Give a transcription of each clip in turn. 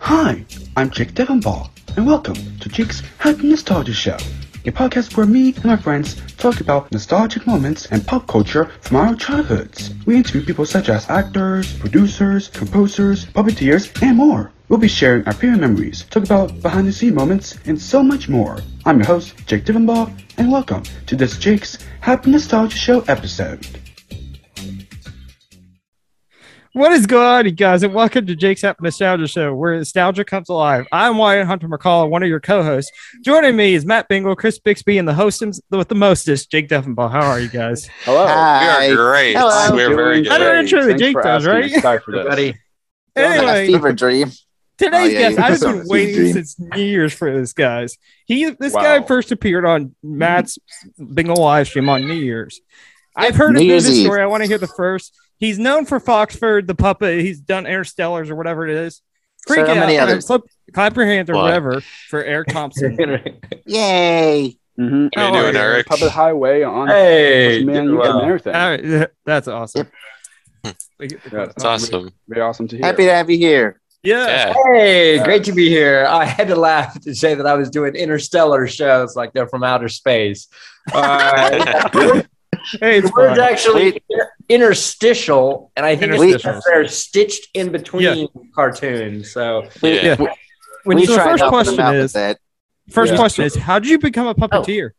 Hi, I'm Jake Devonball, and welcome to Jake's Happy Nostalgia Show, a podcast where me and my friends talk about nostalgic moments and pop culture from our childhoods. We interview people such as actors, producers, composers, puppeteers, and more. We'll be sharing our favorite memories, talk about behind the scenes moments, and so much more. I'm your host, Jake Devonball, and welcome to this Jake's Happy Nostalgia Show episode. What is going on, you guys? And welcome to Jake's App Nostalgia Show, where nostalgia comes alive. I'm Wyatt Hunter McCall, one of your co-hosts. Joining me is Matt Bingle, Chris Bixby, and the host hims- with the mostest, Jake Duffenbaugh. How are you guys? Hello. Oh, We Hi. are great. Hello. We're very I don't good. intro the Thanks Jake for does, asking right? us. Sorry for this. Everybody. Sounds like a Anyway, fever dream. today's Oh, yeah, guest, you- I've been you waiting dream. since years for this, guys. He, this guy Wow. first appeared on Matt's Bingle live stream on New Year's. I've heard New of Year's this Eve. story. I want to hear the first. He's known for Foxford, the puppet. He's done Interstellars or whatever it is. So Freak out. many Clap- others. Clap, your hands or What? whatever for Eric Thompson. Yay. Mm-hmm. How you doing, Eric? Public highway on hey. man, doing you well. and everything. All right, th- that's awesome. Yeah, It's awesome. Very awesome to hear. Happy to have you here. Yeah. Yeah. Hey, great to be here. I had to laugh to say that I was doing interstellar shows like they're from outer space. Uh, Hey, it's the word's fine. actually interstitial, and I think it's Interstitials. because they're stitched in between cartoons. So Yeah. Yeah. When we you, so the tried first helping question them out is, with that. first Yeah. question is, how did you become a puppeteer?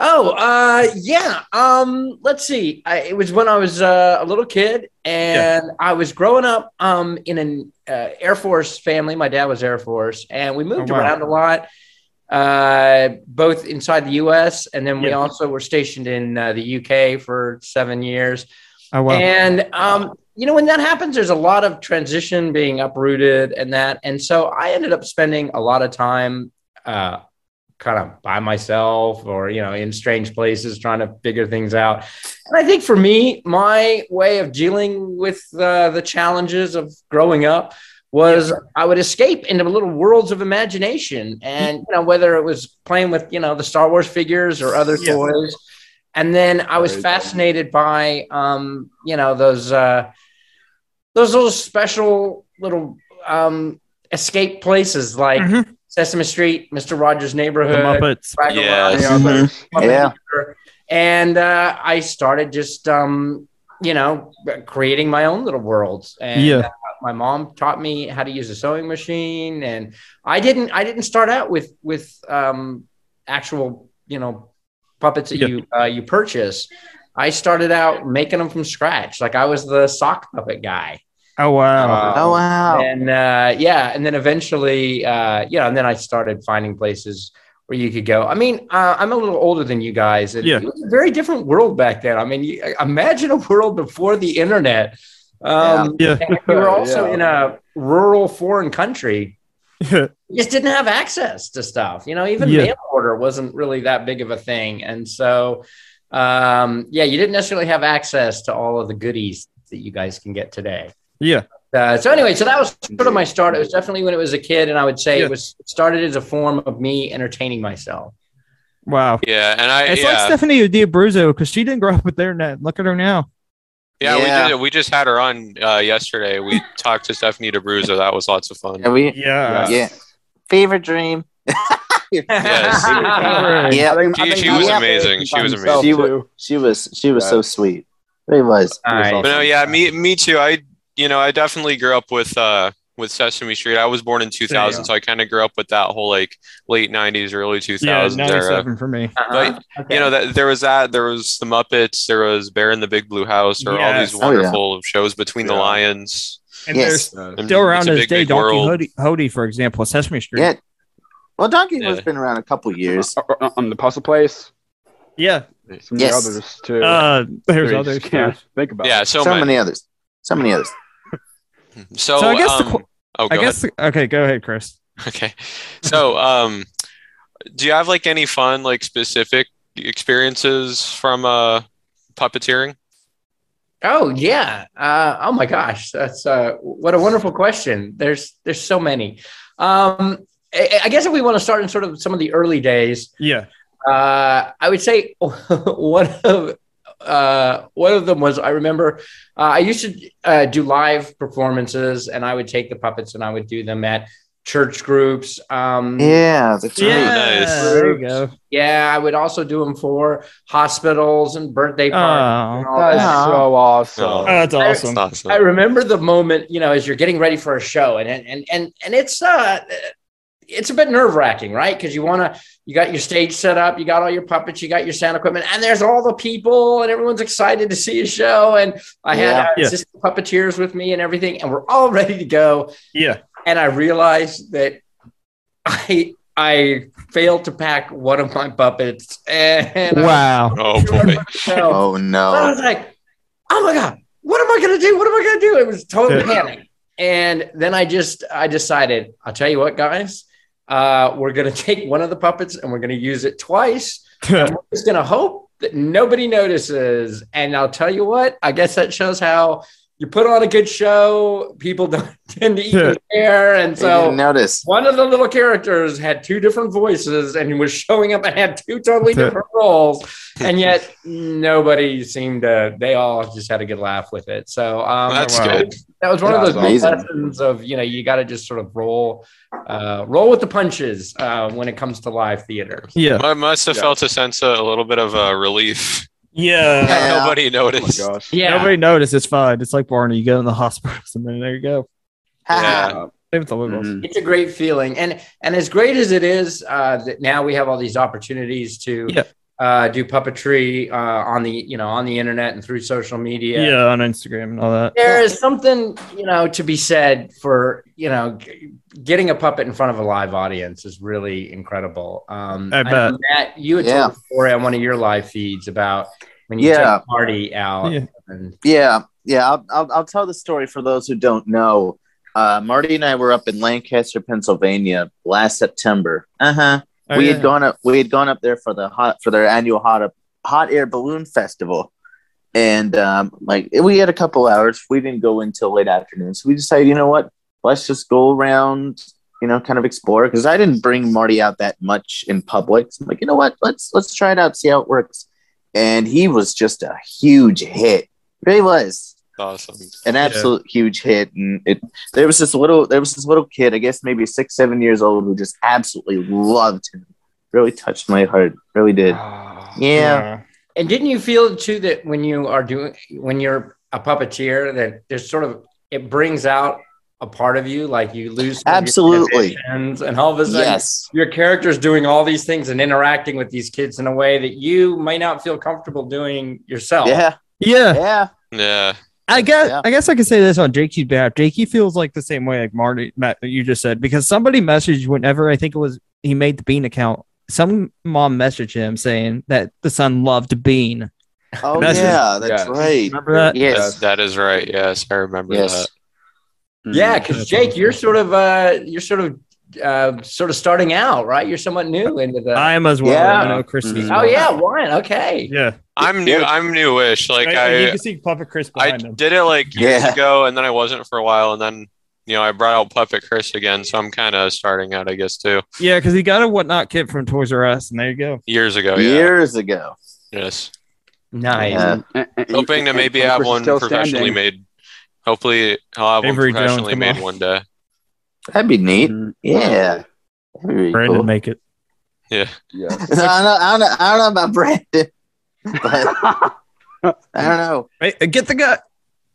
Oh, uh, yeah. Um, let's see. I, it was when I was uh, a little kid, and I was growing up um, in an uh, Air Force family. My dad was Air Force, and we moved Oh, wow. around a lot, uh, both inside the U.S. and then we Yeah. also were stationed in uh, the U.K. for seven years. Oh wow, And um, you know, when that happens, there's a lot of transition being uprooted and that. And so I ended up spending a lot of time uh kind of by myself or you know in strange places trying to figure things out and i think for me my way of dealing with uh, the challenges of growing up was i would escape into little worlds of imagination and you know whether it was playing with you know the star wars figures or other Yeah. toys and then i was Very cool. fascinated by um you know those uh those little special little um escape places like Mm-hmm. Mhm. Sesame Street, Mr. Rogers' the Neighborhood, Muppets. Waggle Yes. Ride, Mm-hmm. Mhm. Muppet Yeah. Theater. And uh, I started just, um, you know, creating my own little worlds. And Yeah. uh, my mom taught me how to use a sewing machine, and I didn't. I didn't start out with with um, actual, you know, puppets that Yeah. you uh, you purchase. I started out making them from scratch. Like I was the sock puppet guy. Oh wow, Uh, Oh, wow. And uh, yeah, and then eventually, uh, yeah, and then I started finding places where you could go. I mean, uh, I'm a little older than you guys, and Yeah. it was a very different world back then. I mean, you, uh, imagine a world before the internet. Um, Yeah. and We were also Yeah. in a rural foreign country. yeah, We just didn't have access to stuff. You know, even Yeah. mail order wasn't really that big of a thing, and so um, yeah, you didn't necessarily have access to all of the goodies that you guys can get today. yeah, Uh, so anyway, so that was sort of my start. It was definitely when it was a kid, and I would say Yeah. it was it started as a form of me entertaining myself. wow. Yeah. And I, It's like yeah. Stephanie D'Abruzzo because she didn't grow up with their net. Look at her now. yeah, Yeah. we did it. We just had her on uh, yesterday. We talked to Stephanie DeBruzzo. That was lots of fun. Are we? Yeah, Yeah. Fever dream. Yes. Right. Yeah. She- she was amazing. She was amazing. Oh, She was- She was she was so sweet. It was. Uh, All right. But no, yeah, me, me too. I, you know, I definitely grew up with, uh, with Sesame Street. I was born in 2000, Yeah. so I kind of grew up with that whole like late 90s, early 2000s yeah, era. ninety-seven for me. But Okay. you know, that, there was that. There was the Muppets. There was Bear in the Big Blue House. There were all Yes. these Oh, yeah. wonderful shows between the Yeah. lions. And Yes. there's Yeah. and still around It's a to this Big, day, Big Donkey World. Hody, Hody, for example, Sesame Street. Yeah. Well, Donkey Yeah. has been around a couple years. On- uh, On the puzzle place, yeah. some of the Yes. others too. Uh, there's We just others. can't think about. Yeah, so, So many. many others. So many others. Mm-hmm. So, So I guess the um, qu- oh, go I ahead. guess. Okay, go ahead, Chris. Okay. So, um, do you have like any fun, like specific experiences from uh puppeteering? oh yeah. Uh, oh my gosh, that's uh, what a wonderful question. There's there's so many. Um, I, I guess if we want to start in sort of some of the early days, Yeah. uh, I would say one of uh, one of them was I remember uh, I used to uh, do live performances, and I would take the puppets and I would do them at church groups. Um, Yeah, that's Yeah. right. There you go. yeah, I would also do them for hospitals and birthday parties. and all That's that. so Oh, awesome. that's awesome. It's awesome. I remember the moment, you know, as you're getting ready for a show, and and and and it's uh, it's a bit nerve wracking, right? Because you want to, you got your stage set up, you got all your puppets, you got your sound equipment, and there's all the people, and everyone's excited to see a show. And I had Yeah. uh, Yeah. assistant puppeteers with me and everything, and we're all ready to go. Yeah. And I realized that I I failed to pack one of my puppets, and I Wow. Oh boy. so- Oh I no. was like, oh my God, what am I going to do? What am I going to do? It was total Yeah. panic. And then I just, I decided, I'll tell you what, guys, uh, we're going to take one of the puppets and we're going to use it twice. And we're just going to hope that nobody notices. And I'll tell you what, I guess that shows how you put on a good show, people don't tend to Yeah. even care. And So, so didn't notice. one of the little characters had two different voices and he was showing up and had two totally That's it. different roles and yet nobody seemed to they all just had a good laugh with it so um That's that was- good. that was one of That's those big amazing. lessons of you know you got to just sort of roll uh roll with the punches uh when it comes to live theater Yeah. I must have Yeah. felt a sense of a little bit of uh, relief. Yeah. Yeah. Nobody Oh my noticed. gosh. yeah Nobody noticed. It's fine. It's like Barney. You go in the hospital, and then there you go. Yeah. Same with the Wiggles. Mm-hmm. Mm-hmm. Mhm. it's a great feeling and and as great as it is uh that now we have all these opportunities to Yeah. uh do puppetry uh on the you know on the internet and through social media Yeah. on Instagram and all that. there is something you know to be said for you know g- getting a puppet in front of a live audience is really incredible um I bet. know, Matt, you had Yeah. told a story on one of your live feeds about when you Yeah. took Marty out Yeah. and Yeah, yeah. I'll, I'll, I'll tell the story for those who don't know. Uh, Marty and I were up in Lancaster, Pennsylvania last September. Uh huh. Oh, we yeah. had gone up. We had gone up there for the hot for their annual hot hot air balloon festival, and um, like we had a couple hours. We didn't go until late afternoon, so we decided, you know what? Let's just go around. You know, kind of explore because I didn't bring Marty out that much in public. So I'm like, you know what? Let's let's try it out, see how it works. And he was just a huge hit. Really was Awesome. an absolute huge hit, and it there was this little there was this little kid, I guess maybe six seven years old, who just absolutely loved him. Really touched my heart. Really did. Yeah. and didn't you feel too that when you are doing when you're a puppeteer that there's sort of it brings out a part of you like you lose some of your Absolutely. inhibitions and all of a sudden Yes. your character's doing all these things and interacting with these kids in a way that you may not feel comfortable doing yourself. Yeah. Yeah. Yeah. Yeah. I guess Yeah. I guess I could say this on Jakey's behalf. Jakey feels like the same way like Marty Matt that you just said because somebody messaged whenever I think it was he made the Bean account. Some mom messaged him saying that the son loved Bean. Oh That's yeah. That's yeah. right. Remember that? Yes. That is right. Yes, I remember Yes. Yeah, because That's Jake, awesome. you're sort of uh, you're sort of uh, sort of starting out, right? You're somewhat new into the. I am as well. Yeah. I know Christy. Mhm. oh yeah, Wine. Okay. Yeah. that. I'm new. Yeah. I'm newish. Like you I, can see Puppet Chris I behind him. did it like years Yeah. ago, and then I wasn't for a while, and then you know I brought out Puppet Chris again, so I'm kind of starting out, I guess, too. Yeah, because he got a whatnot kit from Toys R Us, and there you go. Years ago. Yeah. Oh, Years ago. Yes. Nice. Yeah. Hoping to maybe have one professionally made. Hopefully, I'll have one Avery Jones, professionally come made on. one day. That'd be neat. Mhm. Yeah. That'd be really Brandon, cool. make it. Yeah. Yeah. I don't know. I don't know, I don't know about Brandon, but I don't know. get the guy,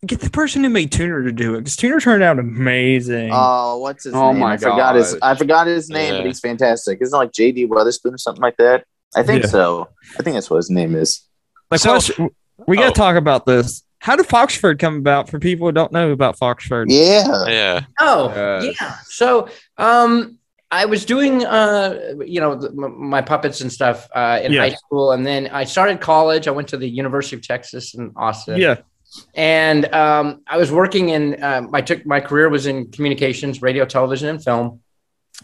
get the person who made Tuner to do it because Tuner turned out amazing. Oh, what's his Oh name? my I forgot his gosh. I forgot his name, Yeah. but he's fantastic. Isn't it like JD Weatherspoon or something like that? I think Yeah. so. I think that's what his name is. the so- question, we got to oh. talk about this. How did Foxford come about for people who don't know about Foxford? Yeah. Yeah. Oh, Yes. yeah. So, um, I was doing, uh, you know, the, m- my puppets and stuff uh, in Yeah. high school, and then I started college. I went to the University of Texas in Austin. Yeah. and um, I was working in. Um, I took my career was in communications, radio, television, and film,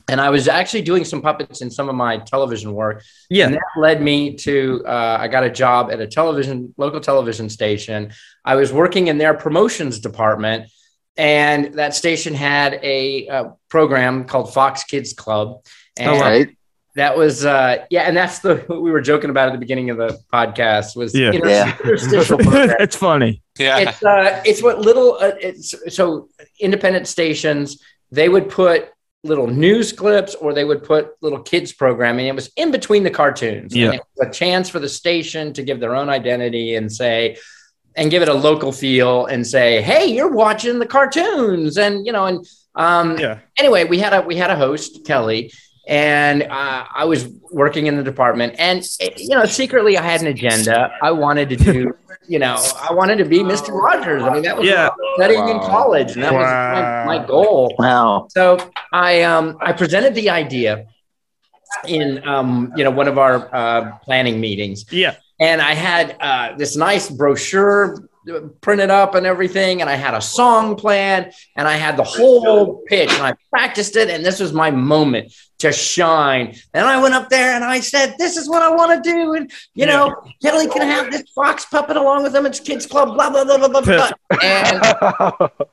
and I was actually doing some puppets in some of my television work. Yeah. and that led me to. Uh, I got a job at a television, local television station. I was working in their promotions department, and Oh, that station had a uh, program called Fox Kids Club. And Right? That was uh yeah, and that's the what we were joking about at the beginning of the podcast was Yeah. you know, Yeah. superstitious programs. it's funny. Yeah. it's uh, it's what little uh, it's so independent stations they would put little news clips or they would put little kids programming it was in between the cartoons Yeah. and it was a chance for the station to give their own identity and say and give it a local feel and say hey you're watching the cartoons and you know and um Yeah. anyway, we had a we had a host, Kelly, and uh, I was working in the department, and eh, you know, secretly I had an agenda. I wanted to do, you know, I wanted to be Mr. Rogers. I mean, that was Yeah. what I was studying in Wow. college, and that Wow. was my, my goal. Wow. So I um, I presented the idea in um, you know one of our uh, planning meetings, Yeah. and I had uh, this nice brochure uh, printed up and everything, and I had a song planned, and I had the whole pitch, and I practiced it, and this was my moment to shine. And I went up there and I said, "This is what I want to do," and you know, Kelly can have this fox puppet along with him. It's kids club, blah blah blah blah blah. blah. And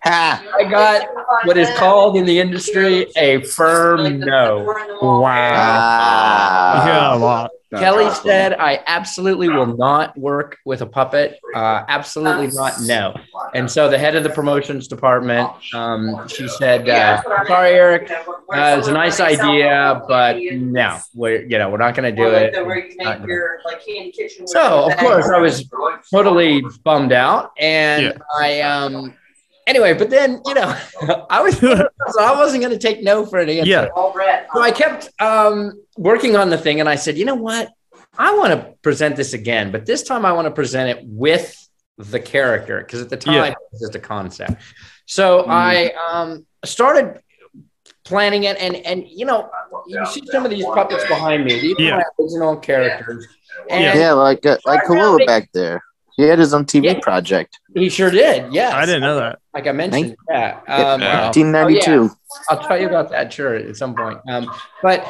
Ha. I got what is called in the industry a firm no. Wow. Ah. yeah, a lot. Kelly said, I absolutely will not work with a puppet. Uh, absolutely not, no. And so the head of the promotions department, um, she said, uh, sorry, Eric, uh, it's a nice idea, but no, we're, you know, we're not going to do it. Not gonna- So, of course, I was totally bummed out. And Yeah. I, um, anyway, but then, you know, I was, so I wasn't going to take no for an answer. Yeah. So I kept um, working on the thing, and I said, you know what? I want to present this again, but this time I want to present it with the character because at the time Yeah. Mm-hmm. it was just a concept. So I um, started planning it, and and you know, you see some of these puppets behind me. These Yeah. are my original characters. And Yeah, like uh, like Kalua back there. He had his own TV Yeah. project. he sure did. Yes. I didn't know that. Like I mentioned. Yeah. Um, Oh, Yeah. 1992. I'll tell you about that, sure, at some point. Um, but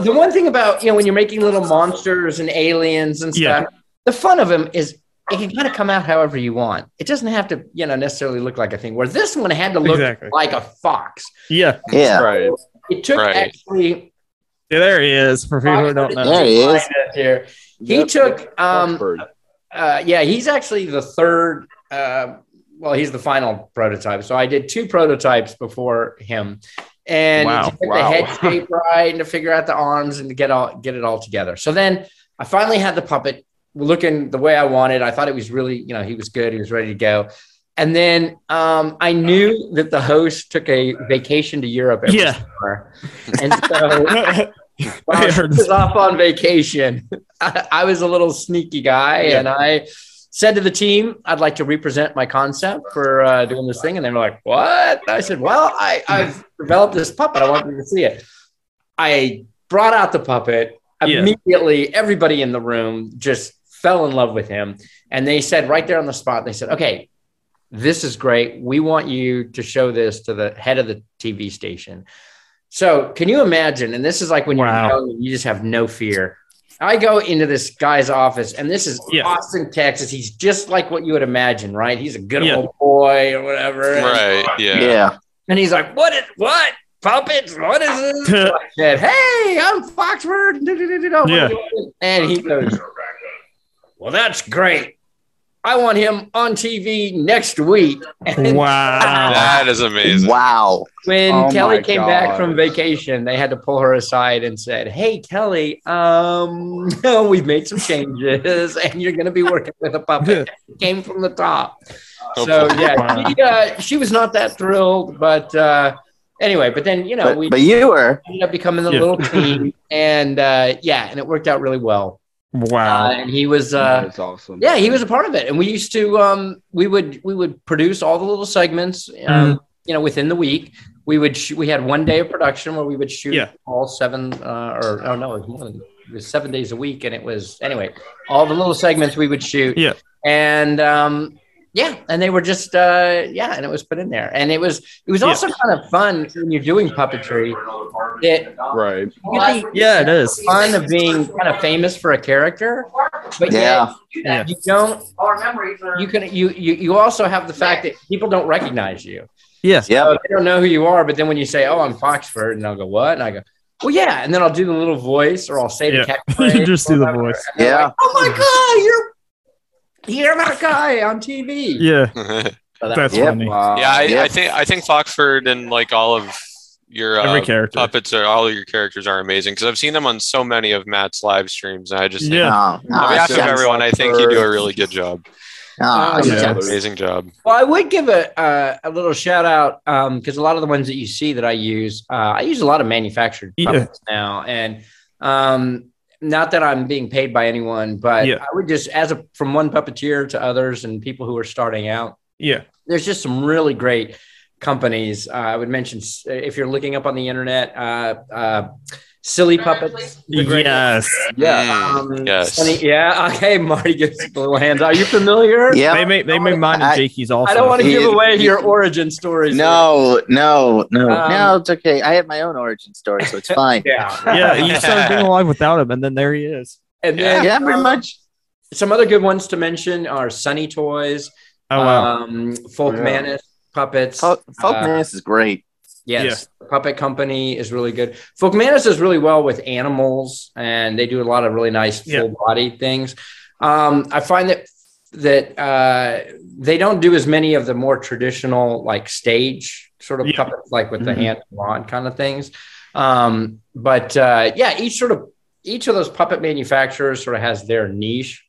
the one thing about you know when you're making little monsters and aliens and Yeah. stuff, the fun of them is it can kind of come out however you want. It doesn't have to you know necessarily look like a thing. Where this one had to look Exactly. like a fox. Yeah. Yeah. Right. It took Right. actually Yeah, there he is. For people who don't know. There he is. here. He Yep. took um, Foxbird. uh, yeah, he's actually the third. Uh, well, he's the final prototype. So I did two prototypes before him, and Wow. to get Wow. the head shape right, and to figure out the arms, and to get all get it all together. So then I finally had the puppet looking the way I wanted. I thought it was really, you know, he was good. He was ready to go. And then um, I knew that the host took a vacation to Europe. Every Yeah. summer. And so when I I heard was off on vacation. I, I was a little sneaky guy, and I said to the team, "I'd like to represent my concept for uh, doing this thing." And they were like, "What?" I said, "Well, I, I've developed this puppet. I want you to see it." I brought out the puppet Yeah. immediately. Everybody in the room just fell in love with him, and they said right there on the spot, they said, "Okay." This is great. We want you to show this to the head of the TV station. So, can you imagine? And this is like when Wow. you're young and you just have no fear. I go into this guy's office, and this is Yeah. Austin, Texas. He's just like what you would imagine, right? He's a good Yeah. old boy or whatever. And- Right. Yeah. Yeah. And he's like, "What is what puppets? What is this?" So I said, "Hey, I'm Foxford." do, do, do, do, do, what Yeah. do you want?" And he goes, "Well, that's great. I want him on TV next week." And Wow. That is amazing. Wow. when Oh Kelly my came back God. from vacation, they had to pull her aside and said, "Hey, Kelly, um, we've made some changes, and you're going to be working with a puppet. It came from the top." So Hopefully. yeah, she, uh, she was not that thrilled, but uh, anyway. But then you know But, we but you were. ended up becoming the Yeah. little team, and uh, yeah, and it worked out really well. Uh, Wow. and he was. Uh, That's awesome. yeah, he was a part of it, and we used to um, we would we would produce all the little segments, um, Mhm. you know, within the week. We would sh- we had one day of production where we would shoot Yeah. all seven uh, or oh no, it was more than- it was seven days a week, and it was anyway all the little segments we would shoot. Yeah. and um, yeah, and they were just uh, yeah, and it was put in there, and it was it was Yeah. also kind of fun when you're doing puppetry. It, Right. you Yeah, it is. the fun of being kind of famous for a character, but yeah, Yeah. Yeah. you don't Our memories are. you can you you you also have the fact that people don't recognize you. Yes. Yep. So they don't know who you are, but then when you say, "Oh, I'm Foxford," and I'll go, "What?" and I go, Well, yeah, and then I'll do the little voice, or I'll say the Yeah. catchphrase You just do or the whatever, voice. and they're Yeah. like, oh my god, you're you're that guy on TV. Yeah, yeah, that's Yeah. funny. Wow. I, Yeah. I think I think Foxford and like all of your uh, Every character. puppets or all of your characters are amazing because I've seen them on so many of Matt's live streams. And I just think, Yeah. No, no, on behalf it's of just- everyone, I think you do a really good job. no, it's Oh, Yeah. just- Amazing job. Well, I would give a uh, a little shout out because a lot of the ones that you see that I use, uh, I use a lot of manufactured Yeah. puppets now, and um, not that I'm being paid by anyone, but Yeah. I would just as a from one puppeteer to others and people who are starting out. Yeah, There's just some really great companies. Uh, I would mention s- if you're looking up on the internet, uh, uh, Silly Puppets. the great- yes. Mm. Yeah. Um, Yes. Sunny- yeah. Okay. Marty gives the little hands. Are you familiar? Yeah. They make they make mine and I- Jakey's also. I don't want to He- give away he- your origin stories. No, no, no, Um, no. It's okay. I have my own origin story, so it's fine. Yeah. Yeah, you started being alive without him, and then there he is. And yeah, then pretty um, much. some other good ones to mention are Sunny Toys, Oh wow. um, Folk Yeah. Manus puppets. Folk, folk uh, Mass is great. Yes. The Puppet Company is really good. Folk Manus does really well with animals and they do a lot of really nice Yeah. full body things. Um, I find that that uh, they don't do as many of the more traditional like stage sort of Yeah. Mm-hmm. puppets like with Mhm. the hand rod kind of things. Um, but uh, yeah, each sort of each of those puppet manufacturers sort of has their niche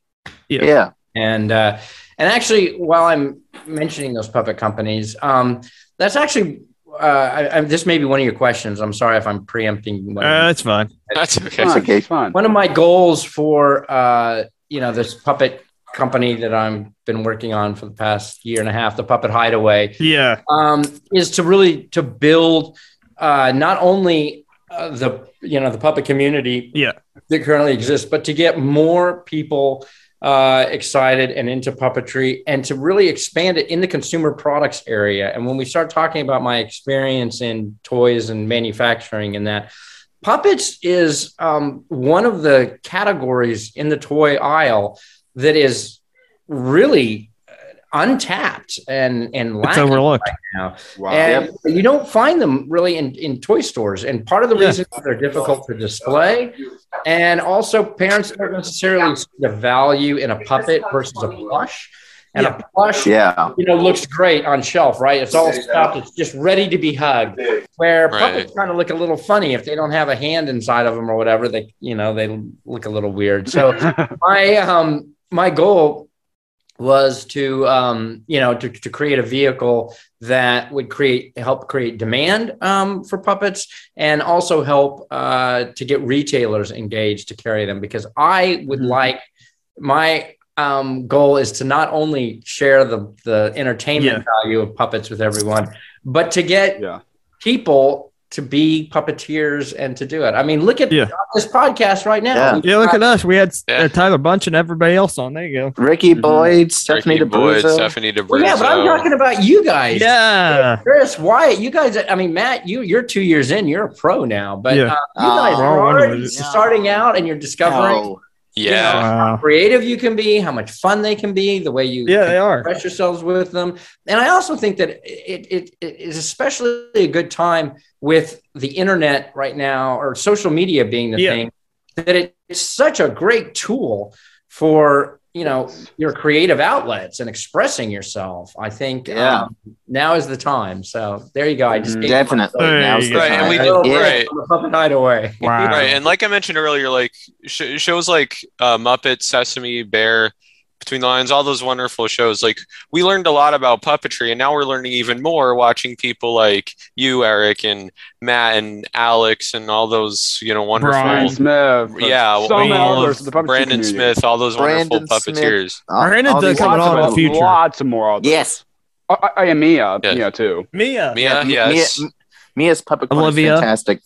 Yeah. Yeah. and uh, and actually, while I'm mentioning those puppet companies, um, that's actually uh, I, I, this may be one of your questions. I'm sorry if I'm preempting. One, Uh, that's fine. That's okay. It's okay. It's fun. one of my goals for uh, you know this puppet company that I've been working on for the past year and a half, the Puppet Hideaway, Yeah. um, is to really to build uh, not only uh, the you know the puppet community Yeah. that currently exists, but to get more people uh, excited and into puppetry, and to really expand it in the consumer products area. And when we start talking about my experience in toys and manufacturing and that. Puppets is um, one of the categories in the toy aisle that is really uh, untapped and and It's lacking. overlooked. Wow. And you don't find them really in, in toy stores. And part of the Yeah. reason is they're difficult to display. And also, parents don't necessarily see the value in a puppet versus a plush. And a plush, yeah. you know, looks great on shelf, right? It's all stuffed, it's just ready to be hugged. Where Right. puppets kind of look a little funny if they don't have a hand inside of them or whatever, they, you know, they look a little weird. So, my um my goal was to um you know to, to create a vehicle that would create help create demand um, for puppets and also help uh, to get retailers engaged to carry them because i would Mhm. like my um, goal is to not only share the the entertainment value of puppets with everyone but to get Yeah. people to be puppeteers and to do it i mean look at Yeah. this podcast right now Yeah. We've Yeah, look at us. We had Yeah. uh, Tyler Bunch and everybody else on. There you go. Ricky Mhm. Boyd, Stephanie Ricky Boyd, DeBruzzo. Stephanie DeBruzzo. Well, yeah, but I'm talking about you guys. Yeah. Chris, Wyatt, you guys. I mean, Matt, you you're two years in. You're a pro now, but Yeah. uh, you Oh, guys we're all are already wondering. starting out, and you're discovering No. yeah. how Wow. creative you can be, how much fun they can be, the way you Yeah, they are. express yourselves with them. And I also think that it, it, it is especially a good time with the internet right now or social media being the Yeah. thing that it, it's such a great tool for you know your creative outlets and expressing yourself i think Yeah. um, now is the time so there you go i just Mm, gave Definitely. There Now's the you go. Right, and we time. do- Yeah. right. I'm a puppet hideaway Wow. Right, and like I mentioned earlier, like sh- shows like uh, Muppet, Sesame, Bear, Between the Lines, all those wonderful shows. Like we learned a lot about puppetry, and now we're learning even more watching people like you, Eric, and Matt, and Alex, and all those you know wonderful Brian Smith. Yeah, so many all others of in the puppetry Brandon community. Smith, all those wonderful Brandon Smith. puppeteers. All- Brandon all does these- have coming Lots on in of the others, future. Lots of more. others. Yes. I, I am Mia. Yes. Mia too. Mia. Mia, Mia- yes, Uh, Mia- Mia's puppet corn is Olivia. fantastic.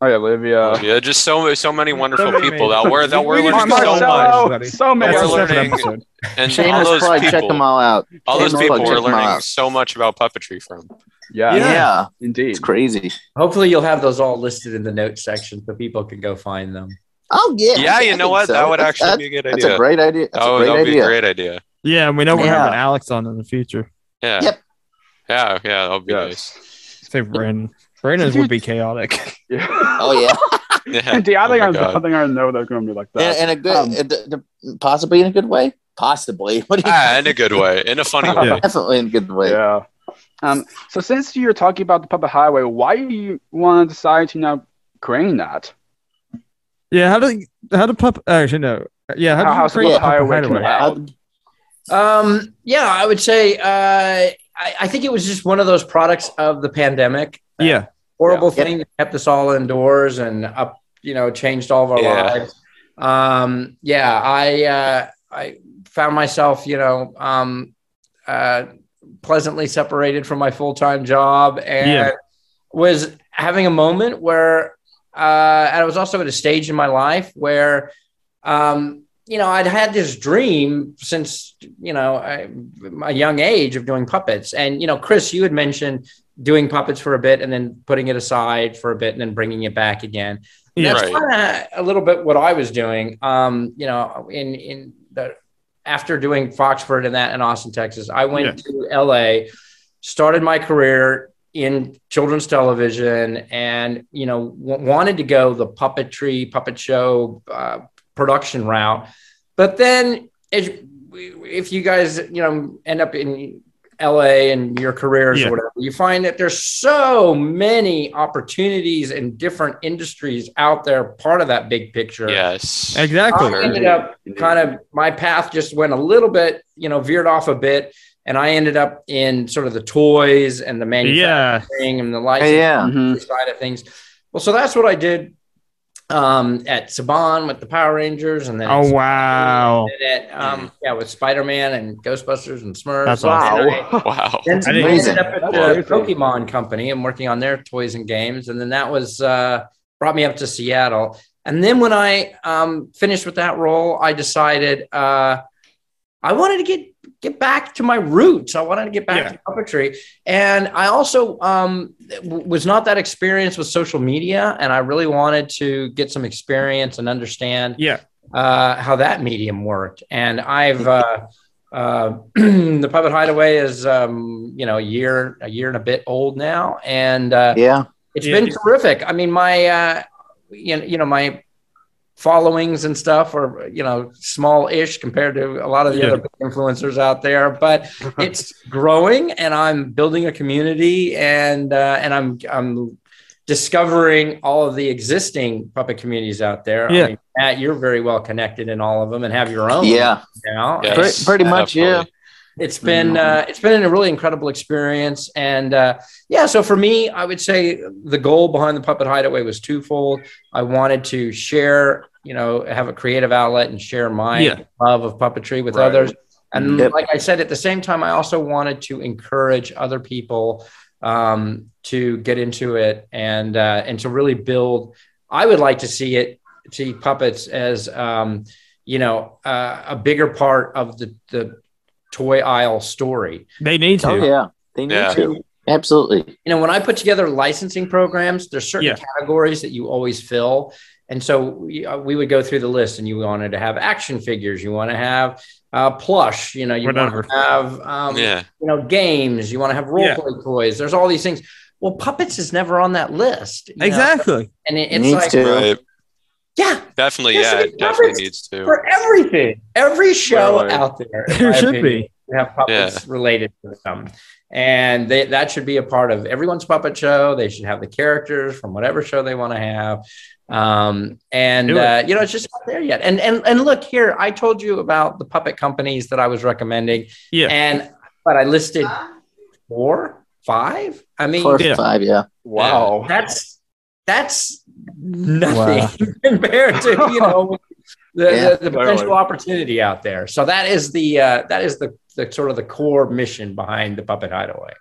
Oh yeah, uh, Olivia. yeah, just so so many wonderful many people amazing- that we're that We- we're we learning could Marcelo, just so talk about much, it. so many. That's We're a separate learning- episode. and all Shameless those plug. Check them people, all out. all those Shameless people, plug, we're check them learning out. so much about puppetry from. Yeah, Yeah. indeed. It's crazy. hopefully you'll have those all listed in the notes section so people can go find them Oh yeah. Yeah, you know what? That would That's- actually that's- be a good That's idea. a great idea. That's oh, a that great would be idea. a great idea. Yeah, and we know we're Yeah. having Alex on in the future. Yeah. Yep. Yeah, yeah, that'll be Yes. nice. Say Brandon. Brandon's would be chaotic. Yeah. Oh yeah. Yeah. And I Oh think my I, I God. think I know they're going to be like that. in, in a good, Um, in the- the- possibly in a good way. Possibly, what do you, Ah, in a good way, in a funny way. Yeah. definitely in a good way. yeah. Um, so since you're talking about the public highway, why do you want to decide to now create that? Yeah, how do how do pup? uh, Actually, no. Yeah, how, How- how's do you create the a pup highway hideaway? connect? Wow. I- Um, yeah, I would say uh, I, I think it was just one of those products of the pandemic. That Yeah, horrible Yeah. thing that kept us all indoors and up, you know, changed all of our Yeah. lives. Um, yeah, I uh, I found myself, you know, um, uh, pleasantly separated from my full time job and Yeah. was having a moment where uh, I was also at a stage in my life where um, you know, I'd had this dream since, you know, I, my young age of doing puppets. And, you know, Chris, you had mentioned doing puppets for a bit and then putting it aside for a bit and then bringing it back again. And Yeah. That's Right. kind of a little bit what I was doing. Um, you know, in, in the, after doing Foxford and that in Austin, Texas, I went to LA, started my career in children's television and, you know, w- wanted to go the puppetry, puppet show, uh, production route. But then, as, if you guys, you know, end up in LA and your careers Yeah. or whatever, you find that there's so many opportunities in different industries out there. Part of that big picture. Yes. exactly. I ended up kind of my path just went a little bit, you know, veered off a bit, and I ended up in sort of the toys and the manufacturing Yeah, and the licensing yeah. Mhm. side of things. Well, so that's what I did um, at Saban with the Power Rangers, and then at Oh wow. and then at, um, yeah, with Spider Man and Ghostbusters and Smurfs. That's And awesome. I- Wow. Then That's I amazing. ended up at That's the crazy. Pokemon Company and working on their toys and games, and then that was uh, brought me up to Seattle. And then when I um, finished with that role, I decided uh, I wanted to get get back to my roots. I wanted to get back to puppetry, and I also um, w- was not that experienced with social media, and I really wanted to get some experience and understand Yeah. uh, how that medium worked. And I've uh, uh, the Puppet Hideaway is um, you know a year a year and a bit old now, and uh, Yeah. it's Yeah. been terrific. I mean, my uh, you know, you know my followings and stuff are you know small-ish compared to a lot of the Yeah. other big influencers out there, but it's growing, and I'm building a community, and uh, and I'm I'm discovering all of the existing puppet communities out there. Yeah. I mean, Matt, you're very well connected in all of them, and have your own. Yeah. now. Pretty- Yes, pretty much, yeah. definitely. It's been uh, it's been a really incredible experience, and uh, yeah. So for me, I would say the goal behind the Puppet Hideaway was twofold. I wanted to share, you know, have a creative outlet and share my Yeah. love of puppetry with Right. others. Mm-hmm. And Yep. like I said, at the same time, I also wanted to encourage other people um, to get into it and uh, and to really build. I would like to see it see puppets as um, you know uh, a bigger part of the the toy aisle story. They need to. Oh yeah. They need Yeah. to. Absolutely. You know, when I put together licensing programs, there's certain Yeah. categories that you always fill. And so we, uh, we would go through the list, and you wanted to have action figures, you want to have uh, plush, you know, you Whatever. want to have um, Yeah. you know games, you want to have role Yeah. play toys. There's all these things. Well, puppets is never on that list. you know? Exactly. and it, It it's needs like to. Right. yeah, Definitely. Yes, Yeah. it It definitely covers needs to. for everything. Every show Right. out there, in There my should opinion, should have puppets Yeah. related to them, and they, that should be a part of everyone's puppet show. They should have the characters from whatever show they want to have, um, and Do it. uh, you know it's just not there yet. And and and look here, I told you about the puppet companies that I was recommending, Yeah. and but I listed four, five. I mean, Four, Yeah. five. Yeah. Wow. that's that's nothing compared to you know the, Yeah. the, the potential Totally. opportunity out there. So that is the uh, that is the, the sort of the core mission behind the Puppet Hideaway,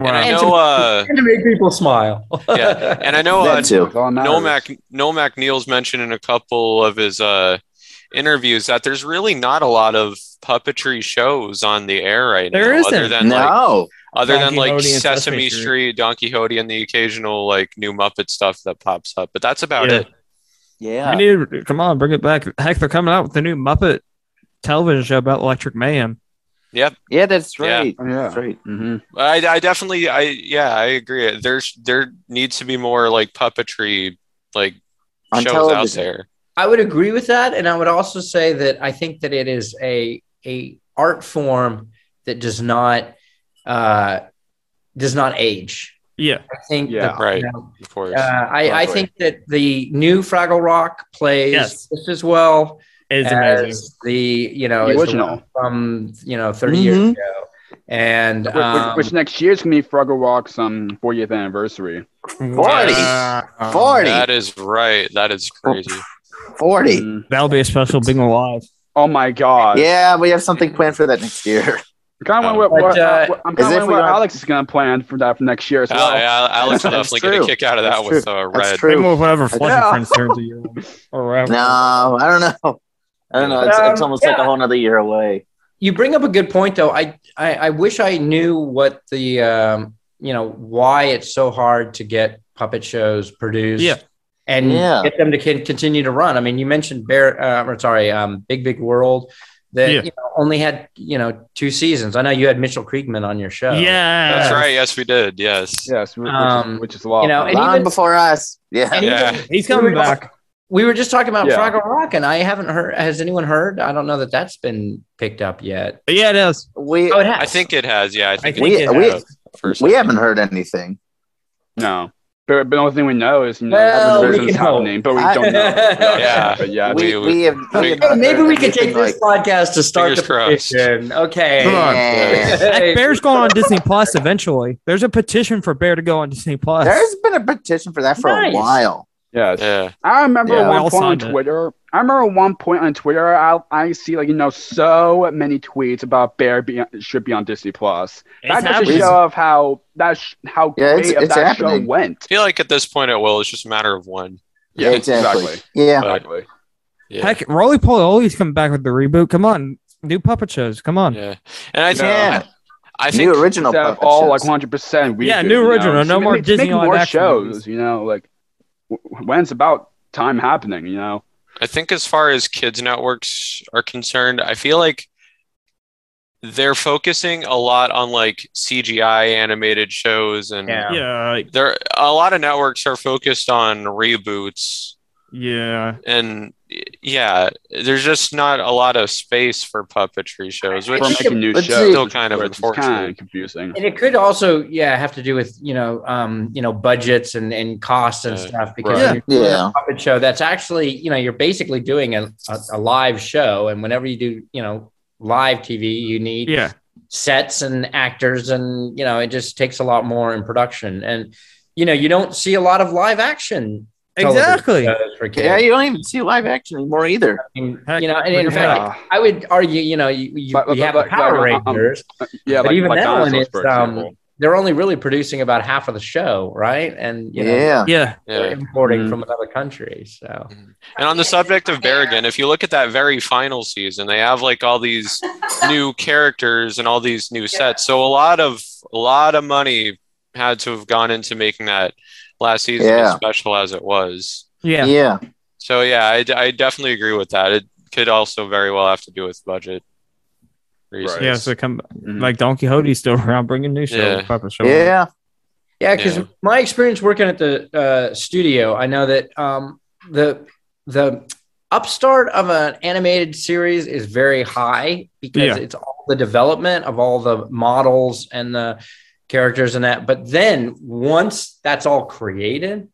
And I And to- know. Uh, and to make people smile. Yeah. and I know. Uh, That too. That's all that matters. Nomac Nomac Neal's mentioned in a couple of his uh, interviews that there's really not a lot of puppetry shows on the air right There now. Other isn't. than like, No. other Don than like Quixote Sesame, and Sesame Street. Street. Don Quixote, and the occasional like new Muppet stuff that pops up. But that's about Yeah. it. Yeah. We need to- come on, bring it back. Heck, they're coming out with the new Muppet television show about Electric Mayhem. Yeah. That's Yeah. right. That's Yeah. right. hmm I, I definitely I yeah I agree. There's there needs to be more like puppetry like on shows out television. there. I would agree with that, and I would also say that I think that it is a a art form that does not uh, does not age. Yeah. I think Yeah. that, Right. you know, Of course. uh, I, I Lovely. think that the new Fraggle Rock plays Yes. just as well It's as amazing. the you know The as the original. Mm-hmm. one from you know 30 years Mhm. ago, and Which- which- um, which, next year's gonna be Froggle Rock's um 40th anniversary. 40. uh, 40. That is right. That is crazy. 40. Mm. That'll be a special bingo live. Oh my god. Yeah, we have something planned for that next year. Kind of Um, what, But, what- uh, what- I'm as kind of if wondering we what are- Alex is gonna plan for that for next year as Oh, well. yeah, Alex will That's definitely get a true. kick out of that That's with uh, That's red. true. Bingo with whatever Flush Yeah. Friends turns a year or whatever. No, I don't know. I don't know. It's, it's Um, almost like yeah. a whole nother year away. you bring up a good point though i i, I wish i knew what the um, you know why it's so hard to get puppet shows produced Yeah. and Yeah. get them to con- continue to run i mean you mentioned bear uh, or sorry um, big big world that Yeah. you know, only had you know two seasons i know you had mitchell kriegman on your show Yeah. That's right. Yes, we did. Yes. Yes, which, Um, is, which is a lot. you know, of And Long even- before us. Yeah. and Yeah. even- He's coming back. we were just talking about Yeah. Froggle Rock, and I haven't heard. Has anyone heard? I don't know that that's been picked up yet. Yeah, it is. We Oh, it has. I think it has. Yeah, I think, think it it had has. a first- we haven't heard anything. no. But, but the only thing we know is you know, Well, there's we something can hope. happening, but we I- don't know. Yeah. But yeah, we, we- we, have, we have Hey, not maybe heard we could take anything this podcast to start the Fingers crossed. petition. Okay. Come on. Yeah. That Bear's going on Disney Plus eventually. There's a petition for Bear to go on Disney Plus. There's been a petition for that for Nice. a while. Yes. Yeah. I remember Yeah, at we all one point on signed it. Twitter. I remember at one point on Twitter, I, I see like you know so many tweets about Bear be, should be on Disney Plus. That's just a happening. show of how that sh- how Yeah, it's- great of it's that show happening. I went. feel like at this point it will. It's just a matter of when. Yeah, exactly. exactly. Yeah. But, Exactly. yeah. Heck, Roly Poly always coming back with the reboot. Come on, new puppet shows. Come on. Yeah. And I think Yeah. I think New original Instead of puppet all shows. like 100% we Yeah, do, new you know? original, Just no make- more make, Disney more live action shows, movies. you know, like w- when it's about time happening, you know. I think as far as kids networks are concerned, I feel like they're focusing a lot on like CGI animated shows and Yeah. Yeah. there a lot of networks are focused on reboots Yeah. and y- yeah, there's just not a lot of space for puppetry shows, I which We're think making new let's shows. see. Still kind of which is kind unfortunate. of confusing. And it could also, yeah, have to do with you know, um, you know, budgets and and costs and Uh, stuff because right. when you're doing yeah. a puppet show that's actually you know you're basically doing a, a, a live show, and whenever you do you know live TV, you need Yeah. sets and actors, and you know it just takes a lot more in production, and you know you don't see a lot of live action television Exactly. shows for kids. Yeah, you don't even see live action anymore either. I mean, Heck, you know, and look in at fact, Yeah. I would argue, you know, you, you, But- but- you have but- a Power but, um, Rangers. Yeah, But like, even like that one dinosaurs, is, for um, example. they're only really producing about half of the show, right? And you know, yeah. Yeah. they're yeah. importing Mm-hmm. Mhm. from another country. So And on the subject of Berrigan, if you look at that very final season, they have like all these new characters and all these new sets. So a lot of a lot of money had to have gone into making that last season as Yeah. special as it was. Yeah. Yeah. So yeah, I, d- I definitely agree with that. It could also very well have to do with budget reasons. Right. Yeah. So come Mhm. like Don Quixote's still around, bringing new shows, Yeah. puppet show. Yeah. yeah, because Yeah. my experience working at the uh, studio, I know that um, the the upstart of an animated series is very high because Yeah. it's all the development of all the models and the characters and that. But then once that's all created,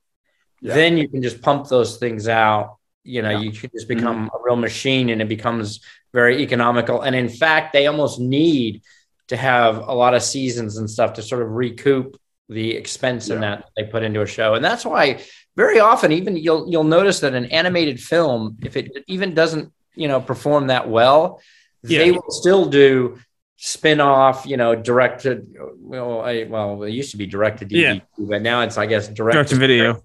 Yeah. then you can just pump those things out. You know, you can just become a real machine and it becomes very economical. And in fact, they almost need to have a lot of seasons and stuff to sort of recoup the expense in Yeah. that they put into a show. And that's why very often even you'll you'll notice that an animated film, if it even doesn't, you know, perform that well, they Yeah. will still do spin-off, you know, directed well, I, well, it used to be directed Yeah. DVD, but now it's I guess Direct direct to video.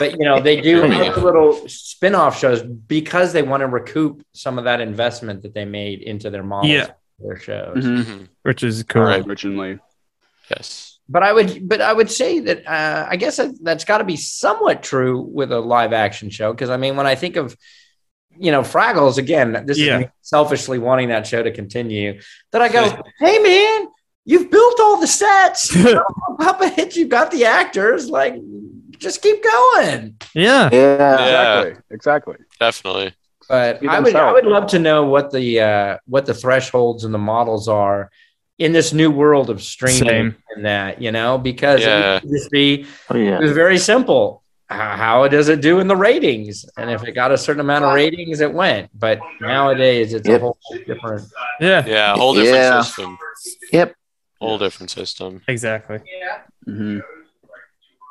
But you know, they do Yeah. other little spin-off shows because they want to recoup some of that investment that they made into their models, Yeah. their shows. Mhm. Mhm. Which is cool. Right. originally. Yes. But I would, but I would say that uh, I guess that, that's got to be somewhat true with a live action show because I mean, when I think of you know Fraggles again, this Yeah. is me selfishly wanting that show to continue. That I go, hey man, you've built all the sets, you got the puppets, you've got the actors, like just keep going. Yeah. Yeah. Exactly. Exactly. Definitely. But Be I would, I themselves. would love to know what the uh, what the thresholds and the models are in this new world of streaming Same. and that you know because Yeah. it would just be Oh, yeah. it was very simple. H- How does it do in the ratings? And if it got a certain amount of ratings, it went. But nowadays, it's a Yep. whole different. Yeah. Yeah. Whole different Yeah. system. Yep. Whole different system. Exactly. hmm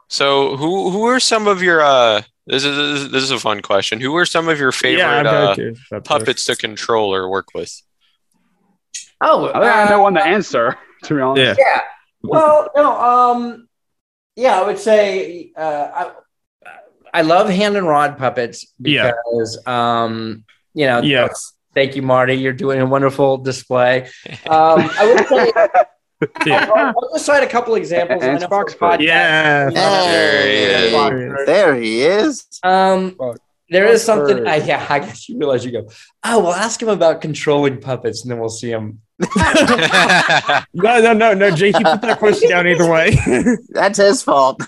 So who who are some of your uh this is this is a fun question. Who are some of your yeah, favorite I'm very uh, curious about puppets to control or work with? Oh, I think I know on the answer. To be honest. Yeah. yeah. Well, no. Um, yeah, I would say uh, I, I love hand and rod puppets Yeah. because, um, you know, this. Yes. thank you, Marty. You're doing a wonderful display. Um, I would say Yeah. I'll, I'll just cite a couple examples. And I know for Spock's foot. podcast- Hey. Hey. There he is. Um, Fuck. there is Fuck something. bird. I, yeah, I guess you realize you go. Oh, well, ask him about controlling puppets, and then we'll see him. No, no, no, no, Jake, you put that question down either way. That's his fault.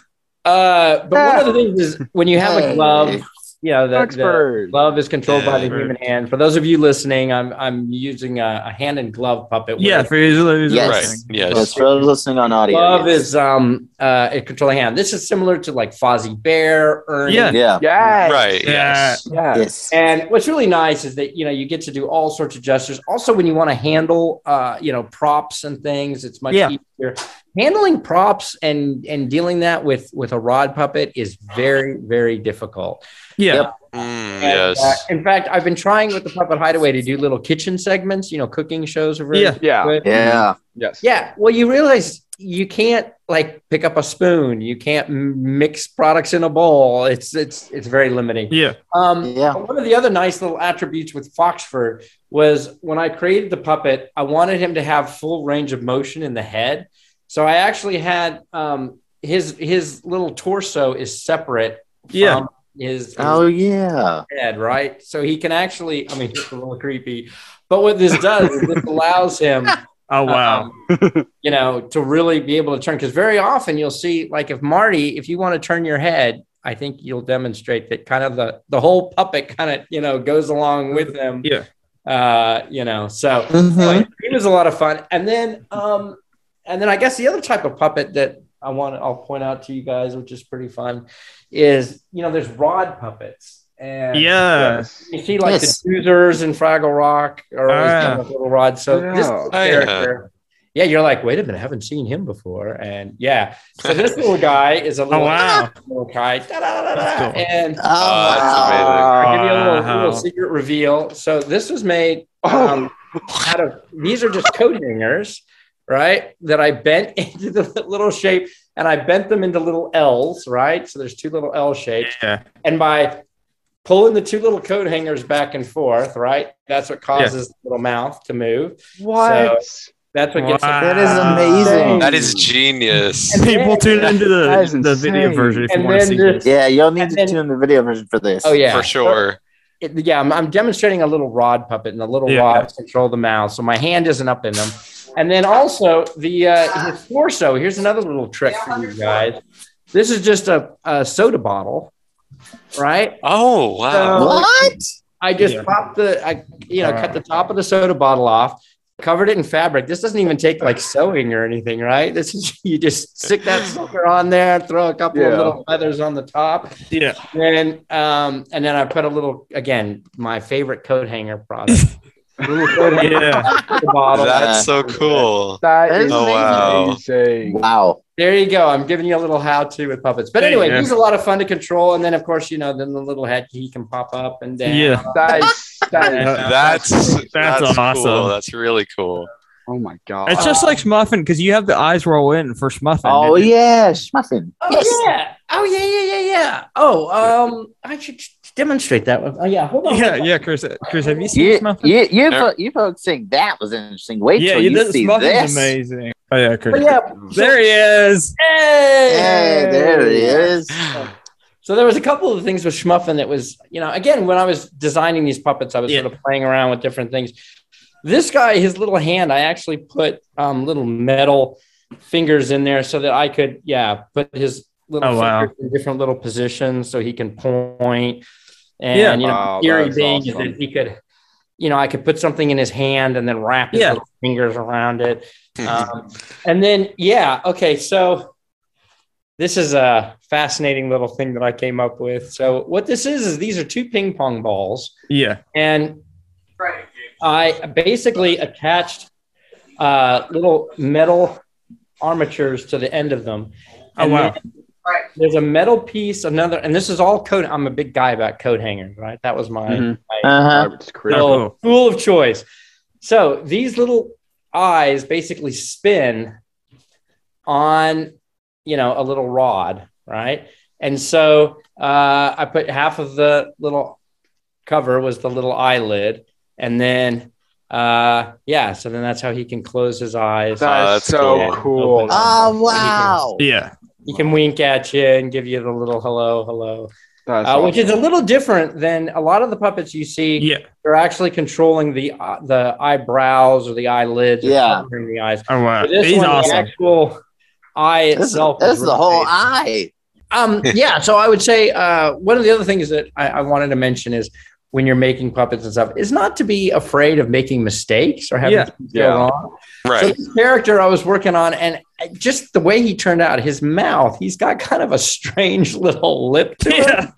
Uh, but one of the things is when you have a Hey. glove, you know, the, the Expert. glove is controlled by the Expert. human hand. For those of you listening, I'm I'm using a, a hand and glove puppet. where yeah, for you. Yes. Right. Yes. Yes, for those listening on audio. Glove yes. is um uh a controlling hand. This is similar to like Fozzie Bear, Ernie, Yeah. Yeah. Yes. Right. Yeah. Yes. Yes. Yes. And what's really nice is that you know you get to do all sorts of gestures. Also, when you want to handle uh, you know props and things, it's much Yeah. easier. Handling props and and dealing that with with a rod puppet is very very difficult. Yeah. Yep. Mm, And, uh, yes. in fact, I've been trying with the Puppet Hideaway to do little kitchen segments. You know, cooking shows are very Yeah. Yeah. good. Yeah. Yes. Yeah. Well, you realize you can't like pick up a spoon. You can't m- mix products in a bowl. It's it's it's very limiting. Yeah. Um, Yeah. one of the other nice little attributes with Foxford was when I created the puppet, I wanted him to have full range of motion in the head. So I actually had um, his his little torso is separate Yeah. from his, his Oh yeah. head, right? So he can actually, I mean, it's a little creepy, but what this does is it allows him Oh, wow. uh, um, you know, to really be able to turn. Because very often you'll see, like, if Marty, if you want to turn your head, I think you'll demonstrate that kind of the the whole puppet kind of you know goes along with them. Yeah. Uh, you know, so Mhm. but it was a lot of fun. And then, um, and then I guess the other type of puppet that I want, I'll point out to you guys, which is pretty fun, is you know, there's rod puppets. And Yeah. Yes. you see, like Yes. the Doozers and Fraggle Rock are always Ah. done with little rods. So this Yeah. Oh, yeah. character, yeah. you're like, wait a minute, I haven't seen him before, and yeah. So this little guy is a little, Oh, wow. little guy, da-da-da-da-da, That's cool. and Oh, that's amazing. I'll give you a little, Wow. little secret reveal. So this was made Oh. um, out of these are just coat hangers, right? That I bent into the little shape, and I bent them into little L's, right? So there's two little L shapes Yeah. and by pulling the two little coat hangers back and forth, right? That's what causes the little mouth to move. What? That's what gets Wow. That is amazing. That is genius. And- People tune into That is the, the video insane. version if And you want to then see this- this. Yeah, you'll need And to then- tune the video version for this. Oh yeah, For sure. It- yeah, I'm, I'm demonstrating a little rod puppet, and the little Yeah. rods control the mouth, so my hand isn't up in them. And then also the uh, his torso. Here's another little trick for you guys. This is just a, a soda bottle, right? Oh wow. What? I just Yeah. popped the, I you know, Wow. cut the top of the soda bottle off, covered it in fabric. This doesn't even take like sewing or anything, right? This is you just stick that sucker on there, throw a couple Yeah. of little feathers on the top, Yeah. and um, and then I put a little again my favorite coat hanger product. little coat hanger Yeah. on the bottle. That's so cool. That That is is Oh, wow. amazing. Wow. There you go. I'm giving you a little how to with puppets. But There you anyway, go. he's a lot of fun to control. And then, of course, you know, then the little head he can pop up and down. Yeah. That is, that is, That's that's, awesome. Cool. That's really cool. oh my god. It's just like Schmuffin because you have the eyes roll in for Schmuffin. Oh isn't it? yeah, Schmuffin. Oh yeah! Oh yeah! Yeah yeah yeah! Oh, um, I should demonstrate that. one. Oh yeah, hold on. Yeah, yeah, Chris. Chris, have you seen You, Schmuffin? you, you, Yeah. fo- you folks think that was interesting. Wait yeah, till you- you, this see Schmuffin's this. amazing. Oh yeah, Chris. But yeah. There he is. Hey, there he is. So there was a couple of things with Schmuffin that was, you know, again when I was designing these puppets, I was Yeah. sort of playing around with different things. This guy, his little hand, I actually put um, little metal fingers in there so that I could, yeah, put his little Oh, wow. fingers in different little positions so he can point. And Yeah. you know, Wow, the theory that's being is awesome. that he could, you know, I could put something in his hand and then wrap his Yeah. little fingers around it. Um, and then yeah, okay, so this is a fascinating little thing that I came up with. So what this is is these are two ping pong balls Yeah. and I basically attached uh, little metal armatures to the end of them. Oh, And wow. then There's a metal piece, another, and this is all code. I'm a big guy about code hangers, right? That was my Mhm. Uh-huh. It's Oh, crazy. cool. little tool of choice. So these little eyes basically spin on, you know, a little rod, right? And so uh, I put half of the little cover was the little eyelid, and then uh, yeah, so then that's how he can close his eyes. That's Oh, that's so cool. cool. Oh wow! Yeah. He can wink at you and give you the little hello, hello, That's uh, which awesome. is a little different than a lot of the puppets you see Yeah. they're actually controlling the uh, the eyebrows or the eyelids. or Yeah. covering the eyes. Oh wow. But this He's one, the awesome. actual eye This is, itself. this is the really whole big. eye. Um, yeah. So I would say uh, one of the other things that I, I wanted to mention is when you're making puppets and stuff, is not to be afraid of making mistakes or having Yeah. things Yeah. go wrong. So right. this character I was working on, and just the way he turned out, his mouth, he's got kind of a strange little lip to it. Yeah.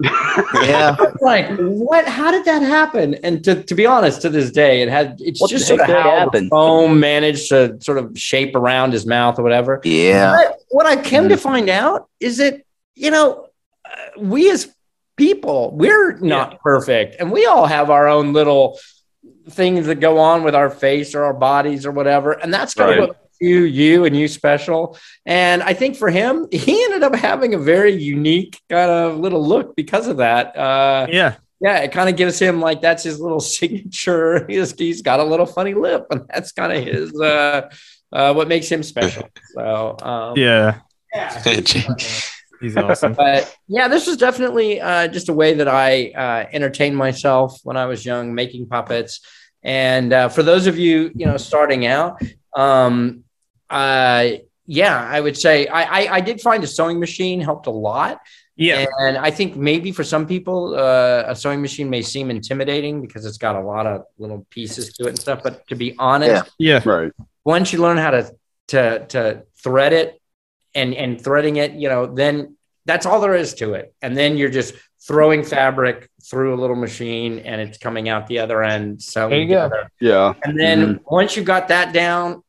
Yeah. It's like what how did that happen and to, to be honest to this day it had it's What just the sort of heck how that happened. happened? the foam managed to sort of shape around his mouth or whatever yeah. but what i came to find out is that you know uh, we as people we're not perfect and we all have our own little things that go on with our face or our bodies or whatever and that's kind Right. of what makes you you and you special and i think for him he ended up having a very unique kind of little look because of that uh Yeah. yeah, it kind of gives him like that's his little signature. He's, he's got a little funny lip, and that's kind of his uh, uh, what makes him special. So um, Yeah. yeah. He's awesome. But yeah, this was definitely uh, just a way that I uh, entertained myself when I was young, making puppets. And uh, for those of you, you know, starting out, um, uh, yeah, I would say I, I, I did find a sewing machine helped a lot. Yeah. And I think maybe for some people, uh, a sewing machine may seem intimidating because it's got a lot of little pieces to it and stuff. But to be honest, Yeah. Yeah. Right. once you learn how to to to thread it and and threading it, you know, then that's all there is to it. And then you're just throwing fabric through a little machine and it's coming out the other end. So There you go. Yeah. And then once you got that down,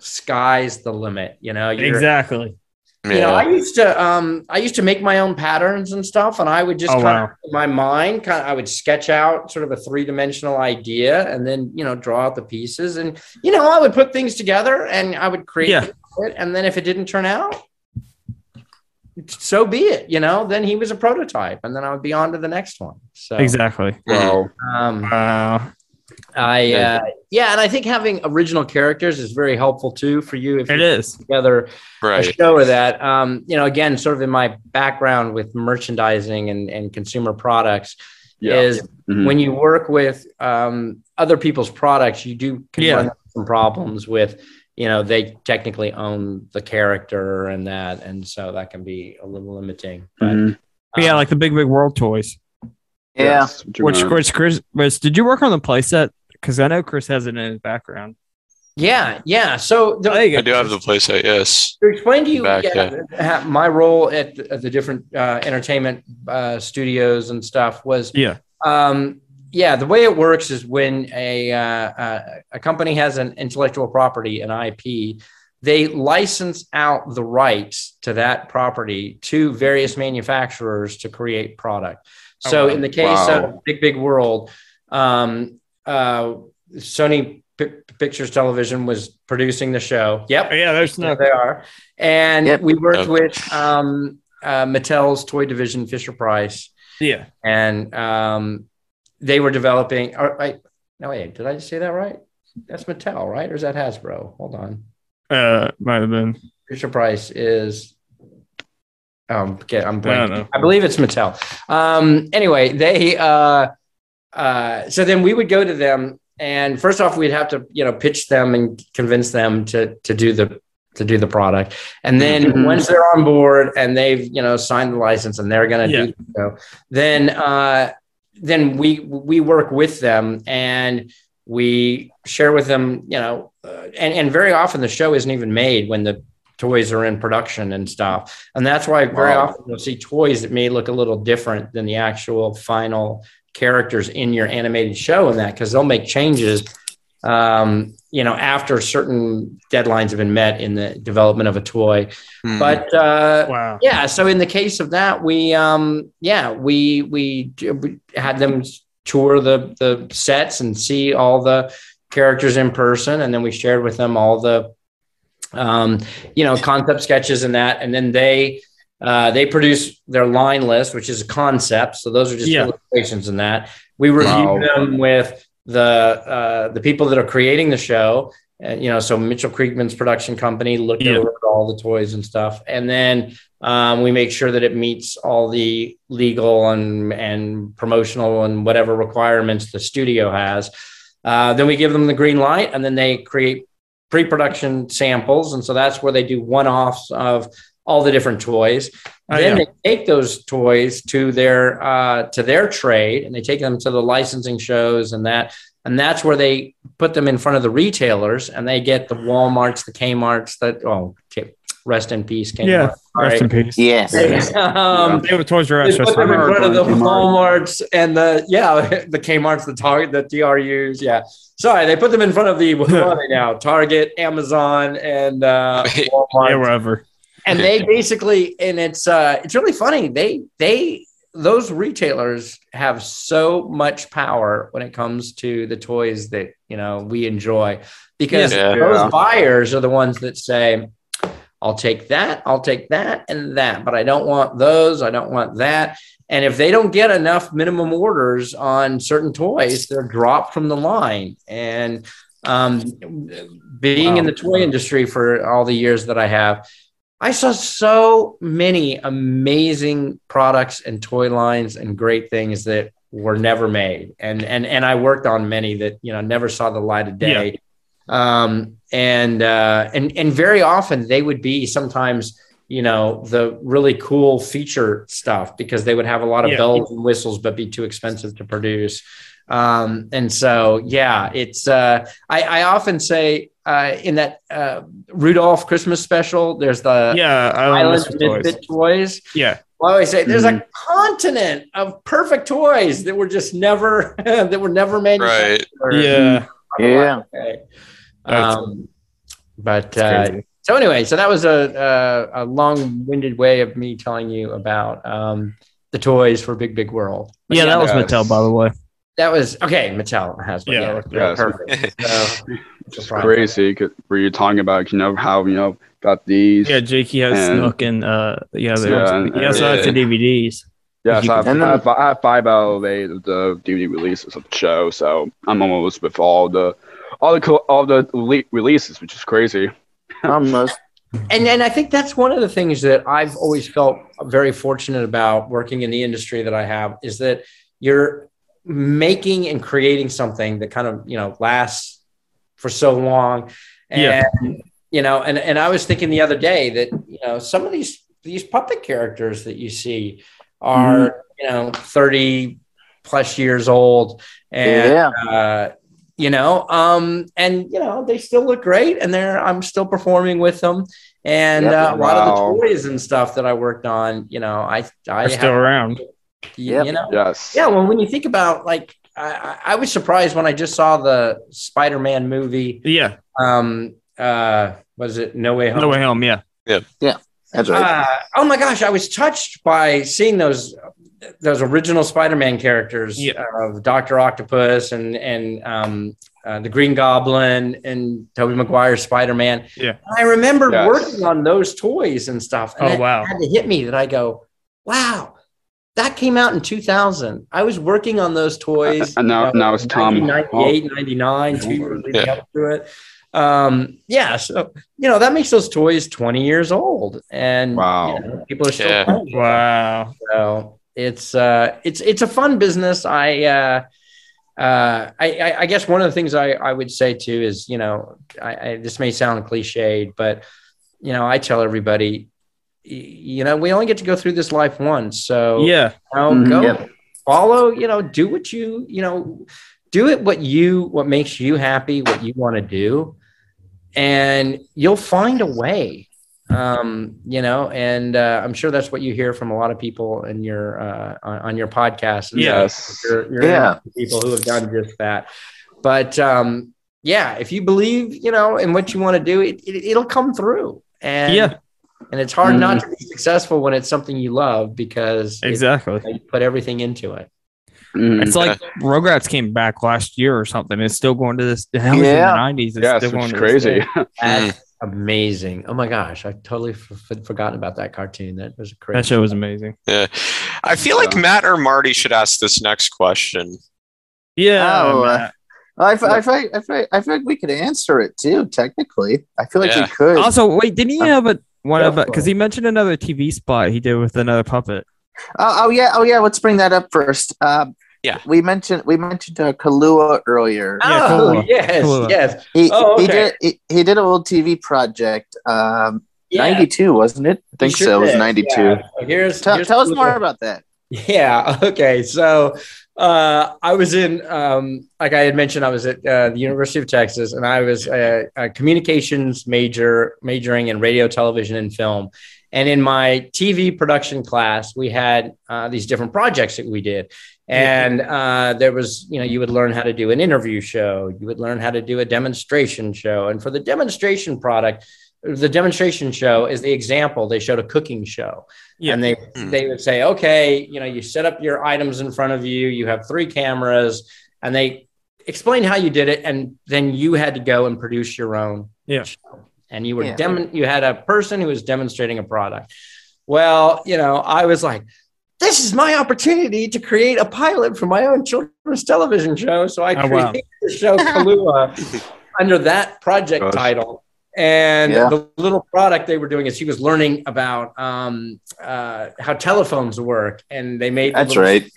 sky's the limit. You know, you're, Exactly. you know, Yeah. I used to um I used to make my own patterns and stuff, and I would just Oh, kind wow. of in my mind kind of I would sketch out sort of a three dimensional idea, and then you know draw out the pieces, and you know I would put things together, and I would create Yeah. it, and then if it didn't turn out, so be it. You know, then he was a prototype, and then I would be on to the next one. So Exactly. Mm-hmm. Wow. Um, Wow. I uh, yeah, and I think having original characters is very helpful too for you if It you're is. together a Right. show of that. Um, you know, again, sort of in my background with merchandising and, and consumer products Yeah. is Mm-hmm. Mhm. when you work with um, other people's products, you do can Yeah. run into some problems with, you know, they technically own the character and that. And so that can be a little limiting. But, Mm-hmm. Mm-hmm. Mhm. yeah, um, like the big big world toys. Yeah. Yes, Which, Jermaine. which Chris, Chris, did you work on the playset? Because I know Chris has it in his background. yeah, yeah. So the, There you go. I do have the playset. Yes. to explain to you Back, yeah, ha- my role at the, at the different uh, entertainment uh, studios and stuff was Yeah. Um, yeah, the way it works is when a uh, uh, a company has an intellectual property, an IP, they license out the rights to that property to various manufacturers to create product. Oh, So wow. in the case Wow. of Big Big World, um, uh, Sony Pi- Pictures Television was producing the show. Yep, Oh, Yeah, there's no. they are. And Yep. we worked Okay. with um, uh, Mattel's toy division, Fisher Price Yeah. and um, they were developing. Or, I, no, wait, did I say that right? That's Mattel, right? Or is that Hasbro? Hold on. Uh, might have been. Fisher Price is. Um, okay, I'm I don't blanking. know. I believe it's Mattel. Um, anyway, they uh, uh, so then we would go to them, and first off, we'd have to you know pitch them and convince them to to do the to do the product. And then Mhm. once they're on board and they've you know signed the license and they're going to Yeah. do so, then uh, then we we work with them and we share with them you know uh, and and very often the show isn't even made when the toys are in production and stuff and that's why very Wow. often you'll see toys that may look a little different than the actual final characters in your animated show and that because they'll make changes um, you know after certain deadlines have been met in the development of a toy Hmm. but uh, Wow. yeah so in the case of that we um yeah we we, we had them tour the the sets and see all the characters in person and then we shared with them all the um you know concept sketches and that and then they uh, they produce their line list which is a concept so those are just Yeah. illustrations and that we review Wow. them with the uh, the people that are creating the show and you know so mitchell kriegman's production company looked Yeah. over all the toys and stuff and then um, we make sure that it meets all the legal and and promotional and whatever requirements the studio has. Uh, then we give them the green light, and then they create pre-production samples, and so that's where they do one-offs of all the different toys. Oh, then yeah. they take those toys to their uh, to their trade, and they take them to the licensing shows and that. And that's where they put them in front of the retailers, and they get the WalMarts, the Kmart's, that oh, okay, rest in peace, Kmart. Yeah. Rest Sorry. in peace. Yes. Um, They have a Toys R Us they put them in restaurant. remember front of the going to Walmarts and the yeah, the Kmart's, the Target, the TRUs. Yeah, sorry, they put them in front of the what are they now? Target, Amazon, and uh, Walmart Yeah, wherever. and they basically and it's uh it's really funny they they those retailers have so much power when it comes to the toys that you know we enjoy because Yeah. Yeah. those buyers are the ones that say i'll take that i'll take that and that but i don't want those i don't want that and if they don't get enough minimum orders on certain toys they're dropped from the line and um, being in Wow. the toy industry for all the years that i have I saw so many amazing products and toy lines and great things that were never made. And and and I worked on many that you know never saw the light of day. Um, and uh, and and very often they would be sometimes you know the really cool feature stuff because they would have a lot of Yeah. bells and whistles but be too expensive to produce. Um, and so yeah, it's uh, I, I often say uh, in that uh, Rudolph Christmas special, there's the Yeah, I love Island Mr. Toys. Mm-hmm. Misfit toys. Yeah. Well, I always say there's a continent of perfect toys that were just never that were never made. right. Yeah. Yeah. Okay. That's- Um, but It's uh, crazy. so anyway, so that was a a, a long-winded way of me telling you about um, the toys for Big Big World. But yeah, that was yeah. Mattel, by the way. that was okay. Mattel has Yeah, yeah, yeah, it's- perfect. So, It's crazy 'cause where you're talking about, you know, how, you know, got these. Yeah, Jake, he has And- Snook and uh, yeah, Yeah, there's and- he also has the DVDs. Yeah, so I have, And then- I have, I have five out of eight of the DVD releases of the show, so I'm almost with all the all the co- all the le- releases, which is crazy. Almost. and and I think that's one of the things that I've always felt very fortunate about working in the industry that I have is that you're making and creating something that kind of you know lasts for so long, and Yeah. you know, and and I was thinking the other day that you know some of these these puppet characters that you see are you know thirty plus years old and yeah. uh, you know um and you know they still look great and they're i'm still performing with them and Yep. uh, a lot of Wow. the toys and stuff that i worked on you know i i Are still have, around. you, Yep. you know Yes. yeah well when you think about like I, I- I was surprised when i just saw the spider-man movie Yeah, um uh was it no way home No Way Home. Yeah, That's right. uh, oh my gosh, I was touched by seeing those those original Spider-Man characters Yeah. of Doctor Octopus and and um, uh, the Green Goblin and Tobey Maguire's Spider-Man. Yeah. And I remember Yes. working on those toys and stuff. And Oh, it wow. had to hit me that I go, wow. That came out in 2000. I was working on those toys. And now- you know, now it's Tom 1998, 99, two years leading Yeah. up to it. Um, yeah, so you know that makes those toys 20 years old and Wow. you know, people are still Yeah. playing with them. wow. so it's uh it's it's a fun business i uh uh, I, I, I guess one of the things I, I would say too is, you know, I, I, this may sound cliched, but you know, I tell everybody, y- you know, we only get to go through this life once. So yeah. you know, Mhm. go Yep. follow, you know, do what you, you know, do it what you what makes you happy, what you want to do, and you'll find a way. Um, you know, and uh, I'm sure that's what you hear from a lot of people in your uh, on, on your podcast. and Yeah. Yes. you're, you're Yeah. interviewing people who have done just that. But um, yeah, if you believe, you know, in what you want to do, it, it it'll come through. And Yeah. and it's hard not to be successful when it's something you love because it- Exactly. you put everything into it. Mm. It's like Rugrats came back last year or something. It's still going to this. That was Yeah. in the 90s. It's Yes, still which going is to this crazy. day. That's amazing. Oh my gosh, I totally f- f- forgotten about that cartoon. That was crazy. That show was amazing. Yeah. I feel like Yeah. Matt or Marty should ask this next question. Yeah. Oh, uh, Matt. I, f- I, f- I, f- I feel like we could answer it too, technically. I feel like Yeah. we could. also, wait, didn't uh, he have a one Go of for because he mentioned another TV spot he did with another puppet. Oh, oh yeah, oh yeah. Let's bring that up first. Um, Yeah. we mentioned we mentioned uh, Kalua earlier. Yeah, oh Kahlua. yes, Kahlua. yes, He, Oh, he okay. did he, he did a little TV project. Um, yeah. ninety two wasn't it? I think You sure so. It was did. ninety two. Yeah. So Here's, Tell, here's tell us Kahlua. more about that. Yeah. Okay. So uh, I was in, um, like I had mentioned, I was at uh, the University of Texas, and I was a, a communications major, majoring in radio, television, and film. And in my TV production class, we had uh, these different projects that we did. And uh, there was, you know, you would learn how to do an interview show, you would learn how to do a demonstration show. And for the demonstration product, the demonstration show is the example they showed a cooking show. Yeah. And they Hmm. they would say, okay, you know, you set up your items in front of you, you have three cameras, and they explained how you did it, and then you had to go and produce your own Yeah. show. And you were Yeah. dem- you had a person who was demonstrating a product. Well, you know, I was like, this is my opportunity to create a pilot for my own children's television show. So I Oh, created wow. the show Kahlua under that project Gosh. title. And Yeah. the little product they were doing is she was learning about um, uh, how telephones work, and they made the That's little right.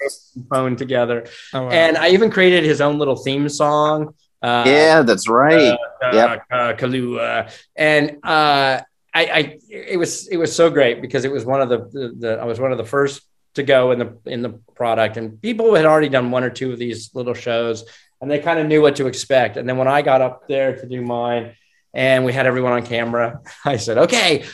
phone together. Oh, wow. And I even created his own little theme song. Uh, yeah, that's right. uh, Yep. uh, Kahlua. And uh, I, I, it was it was so great because it was one of the, the, the I was one of the first to go in the in the product, and people had already done one or two of these little shows, and they kind of knew what to expect. And then when I got up there to do mine, and we had everyone on camera, I said, "Okay."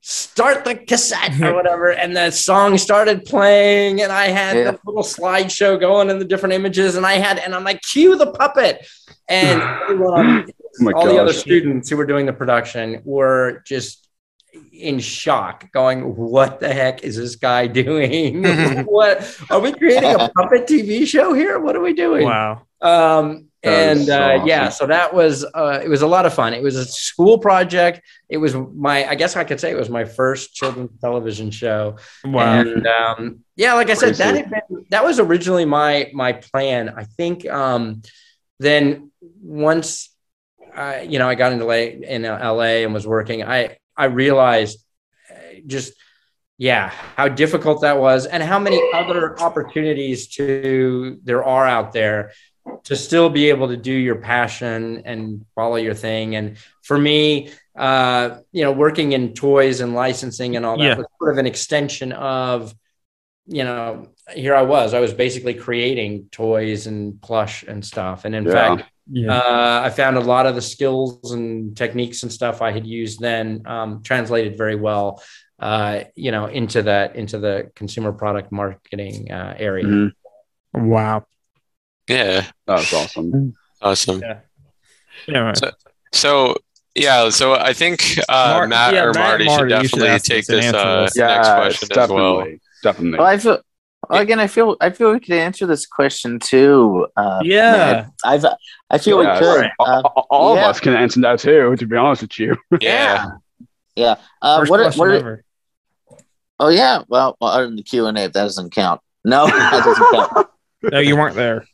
Start the cassette or whatever, and the song started playing, and I had Yeah. the little slideshow going and the different images, and I had and I'm like, cue the puppet, and everyone on Oh my all the other gosh. students who were doing the production were just in shock, going, "What the heck is this guy doing? what are we creating a puppet TV show here? What are we doing?" wow. Um, That and is so uh, yeah, awesome. so that was uh, it was a lot of fun. It was a school project. It was my I guess I could say it was my first children's television show. uh, Wow. And um, yeah, like I said, that had been, that was originally my my plan. I think um, then once I, you know I got into LA, in LA and was working, I I realized uh, just yeah how difficult that was, and how many other opportunities to there are out there to still be able to do your passion and follow your thing. And for me, uh, you know, working in toys and licensing and all that Yeah. was sort of an extension of, you know, here I was. I was basically creating toys and plush and stuff. And in Yeah. fact, Yeah. uh, I found a lot of the skills and techniques and stuff I had used then um, translated very well, uh, you know, into that into the consumer product marketing uh, area. Mm-hmm. Mhm. wow. Yeah. That was awesome. Awesome. Yeah, right. So, So yeah, so I think uh, Mar- Matt yeah, or Matt Marty and Marty, should you should definitely ask take this this, and answer uh, this. next Yes, question as definitely, well. Definitely. Well, I feel well, again. I feel I feel we could answer this question too. Uh, Yeah. man. I've I feel Yes. we could. Uh, A- a- all yeah. of us can answer that too. To be honest with you, Yeah. yeah. Uh, First what? are- question What? are- ever. Oh yeah. Well, well, other than the Q and A, that doesn't count. No, that doesn't count. No, you weren't there.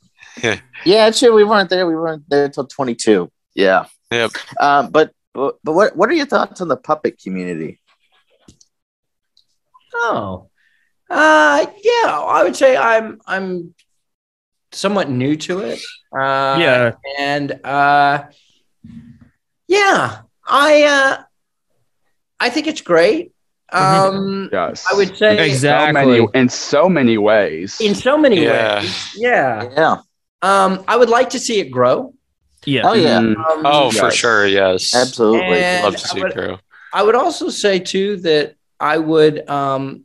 Yeah, it's true. We weren't there. We weren't there until 22. Yeah. Yep. Um, but but but what what are your thoughts on the puppet community? Oh, uh, yeah. I would say I'm I'm somewhat new to it. Uh, yeah. and uh, yeah, I uh, I think it's great. Mm-hmm. Um, Yes. I would say So Exactly. many, in so many ways. in so many Yeah. ways. Yeah. Yeah. Um, I would like to see it grow. Yeah. Oh yeah. Mm, Um, Oh, for Yes. sure. Yes. Absolutely. And Love to see I would- it grow. I would also say too that I would um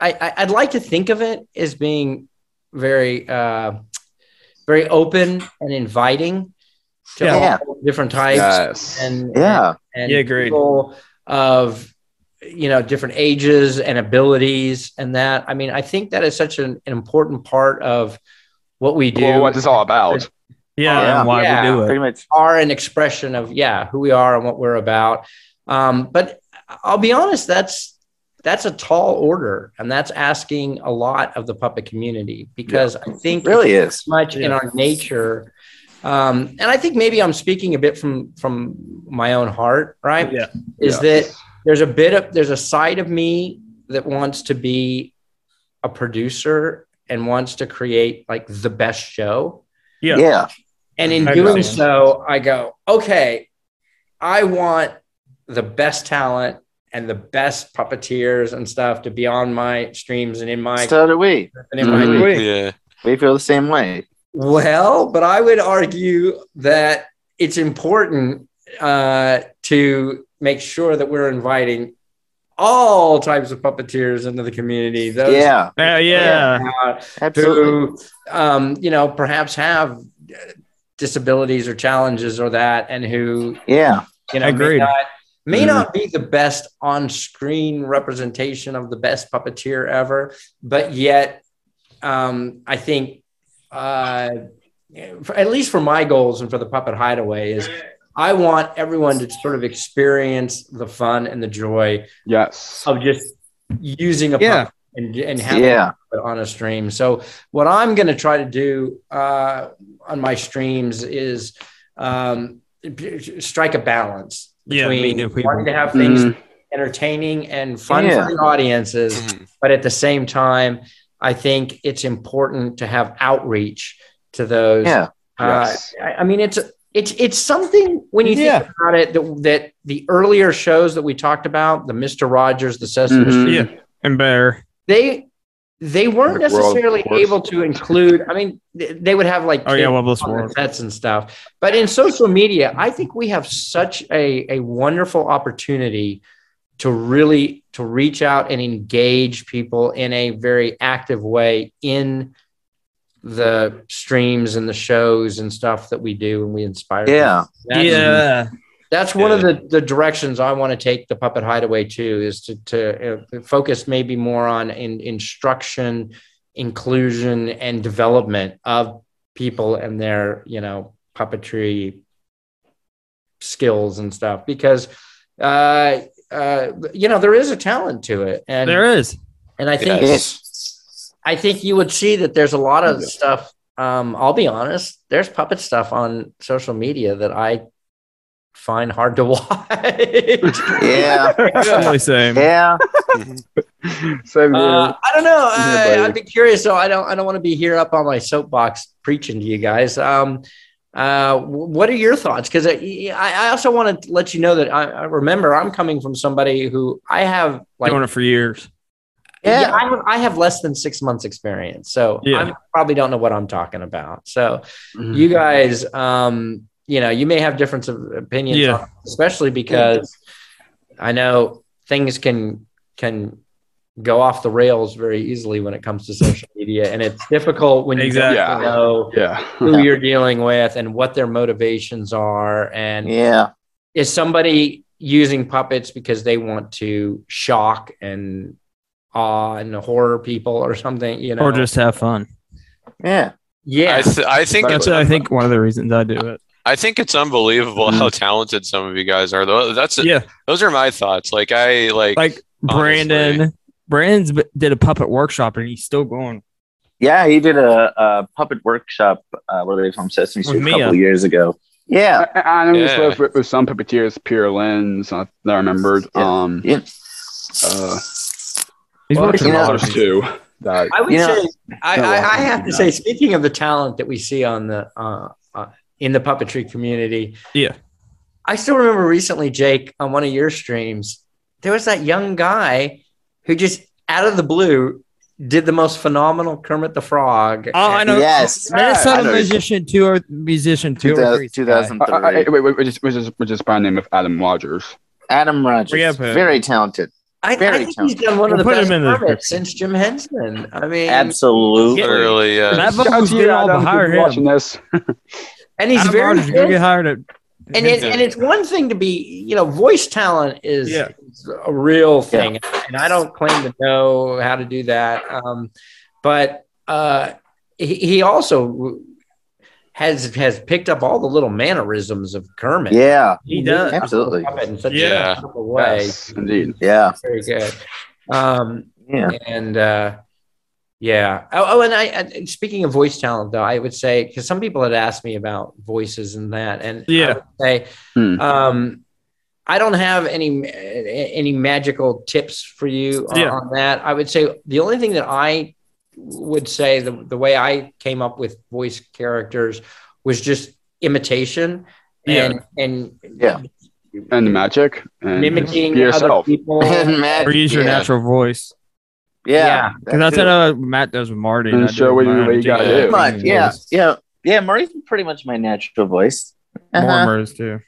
I, I I'd like to think of it as being very uh very open and inviting to Yeah. all different types yes. and yeah. and Yeah, agreed. people of you know different ages and abilities and that I mean I think that is such an, an important part of what we do Well, what's this all about? Yeah. Yeah. and why Yeah. we do Pretty it. much. are an expression of yeah who we are and what we're about um, but i'll be honest that's that's a tall order and that's asking a lot of the puppet community because i think It really is. it's much in Yeah. our nature um, and i think maybe i'm speaking a bit from from my own heart right Yeah. is Yeah. that there's a bit of there's a side of me that wants to be a producer and wants to create like the best show Yeah. Yeah. and in I doing got you. so, I go, okay, I want the best talent and the best puppeteers and stuff to be on my streams and in my So do we. and in Mhm. my Wait. Yeah. We feel the same way. well, but I would argue that it's important uh, to make sure that we're inviting all types of puppeteers into the community. Those Yeah. Uh, Yeah. yeah. out, Absolutely. who um, you know perhaps have uh, disabilities or challenges or that and who Yeah. you know Agreed. Mm-hmm. may, not, may Mhm. not be the best on-screen representation of the best puppeteer ever but yet um, i think uh, for, at least for my goals and for the puppet hideaway is i want everyone to sort of experience the fun and the joy Yes. of just using a Yeah. puppet and, and having Yeah. but on a stream. So what I'm going to try to do uh, on my streams is um, strike a balance Yeah, me between too, people. wanting to have things Mm, entertaining and fun Mm-hmm. Yeah. for the Mm-hmm. audiences, Mhm. but at the same time, I think it's important to have outreach to those. Yeah. Uh, Yes. I, I mean, it's it's it's something when you Yeah. think about it that, that the earlier shows that we talked about, the Mister Rogers, the Mm-hmm. Sesame Mhm. Street Yeah. And bear. they they weren't Like World necessarily Wars. able to include i mean th- they would have like Oh yeah, kids well, this on their world. sets and stuff but in social media i think we have such a, a wonderful opportunity to really to reach out and engage people in a very active way in the streams and the shows and stuff that we do and we inspire people. Yeah. Uh, That's- yeah. that's one of the, the directions I want to take the Puppet Hideaway to is to, to uh, focus maybe more on in, instruction, inclusion, and development of people and their you know puppetry skills and stuff because uh, uh, you know there is a talent to it and There is. and I think Yes. I think you would see that there's a lot of Yeah. stuff. Um, I'll be honest, there's puppet stuff on social media that I find hard to Uh, watch. Yeah. Definitely same. Yeah. Same Uh, here. I don't know. Yeah, I, buddy. I'd be curious. So I don't. I don't want to be here up on my soapbox preaching to you guys. Um, uh, wh- what are your thoughts? Because I, I I also want to let you know that I, I remember I'm coming from somebody who I have like Doing it for years. Yeah, Yeah. I, have, I have less than six months experience, so Yeah. I probably don't know what I'm talking about. So you guys, um, you know, you may have difference of opinions, Yeah. on- especially because I know things can can go off the rails very easily when it comes to social media, and it's difficult when you Exactly. don't know Yeah. who you're dealing with and what their motivations are, and Yeah. is somebody using puppets because they want to shock and awe and horror people or something you know Or just have fun. Yeah. I, yeah th- I think That's, it's, I think, one of the reasons I do it. I think it's unbelievable how Mm-hmm. talented some of you guys are. Though that's Yeah. those are my thoughts. Like I like, Like Brandon. Brandon's b- did a puppet workshop and he's still going. Yeah. He did a, a puppet workshop uh, where they were from Sesame With Street a Mia. couple of years ago. Yeah. I, I know this Yeah. was with, with some puppeteers, Pierre Lens, I, that I remembered. Yeah. Um, Yeah. uh, He's Well, working you know- on others too. That i would You know- oh, say I, No, I I, I have think to not. say speaking of the talent that we see on the uh, uh, in the puppetry community Yeah. i still remember recently jake on one of your streams there was that young guy who just out of the blue did the most phenomenal Kermit the Frog. Oh, I know. Yes. I Minnesota know. musician two or musician two or three. 2000, 2003. Uh, uh, wait, wait, wait, just, we're just, we're just by the name of Adam Rogers. Adam Yeah, Rogers, but- very talented. I, I Very think he's done one of the We'll put best him in the Kermits description. since Jim Henson. I mean, Absolutely. Literally, uh, yeah. That vote Shout out was to good you, all Adam, if behind you're him. watching this. and he's Adam very Rogers gonna good. get hired at. and it, and it's one thing to be you know voice talent is, Yeah. is a real thing and i don't claim to know how to do that um, but uh, he, he also has has picked up all the little mannerisms of kermit Yeah, he does absolutely. Kermit in such Yeah. a beautiful way Yes, indeed. Yeah, very good um, yeah. and uh, yeah. Oh, oh and I and speaking of voice talent, though, I would say because some people had asked me about voices and that, and I Yeah. would say Hmm. um, I don't have any any magical tips for you on, Yeah. on that. I would say the only thing that I would say the, the way I came up with voice characters was just imitation and and Yeah. And the magic. And just mimicking be other yourself. people. Matt, Or use your yeah, natural voice. Yeah, Because that's what uh, Matt does with Marty. And I do show with what you- mine. what you gotta Pretty do. much, yeah, voice. yeah, yeah. Murray's pretty much my natural voice. Uh-huh. Mormers too.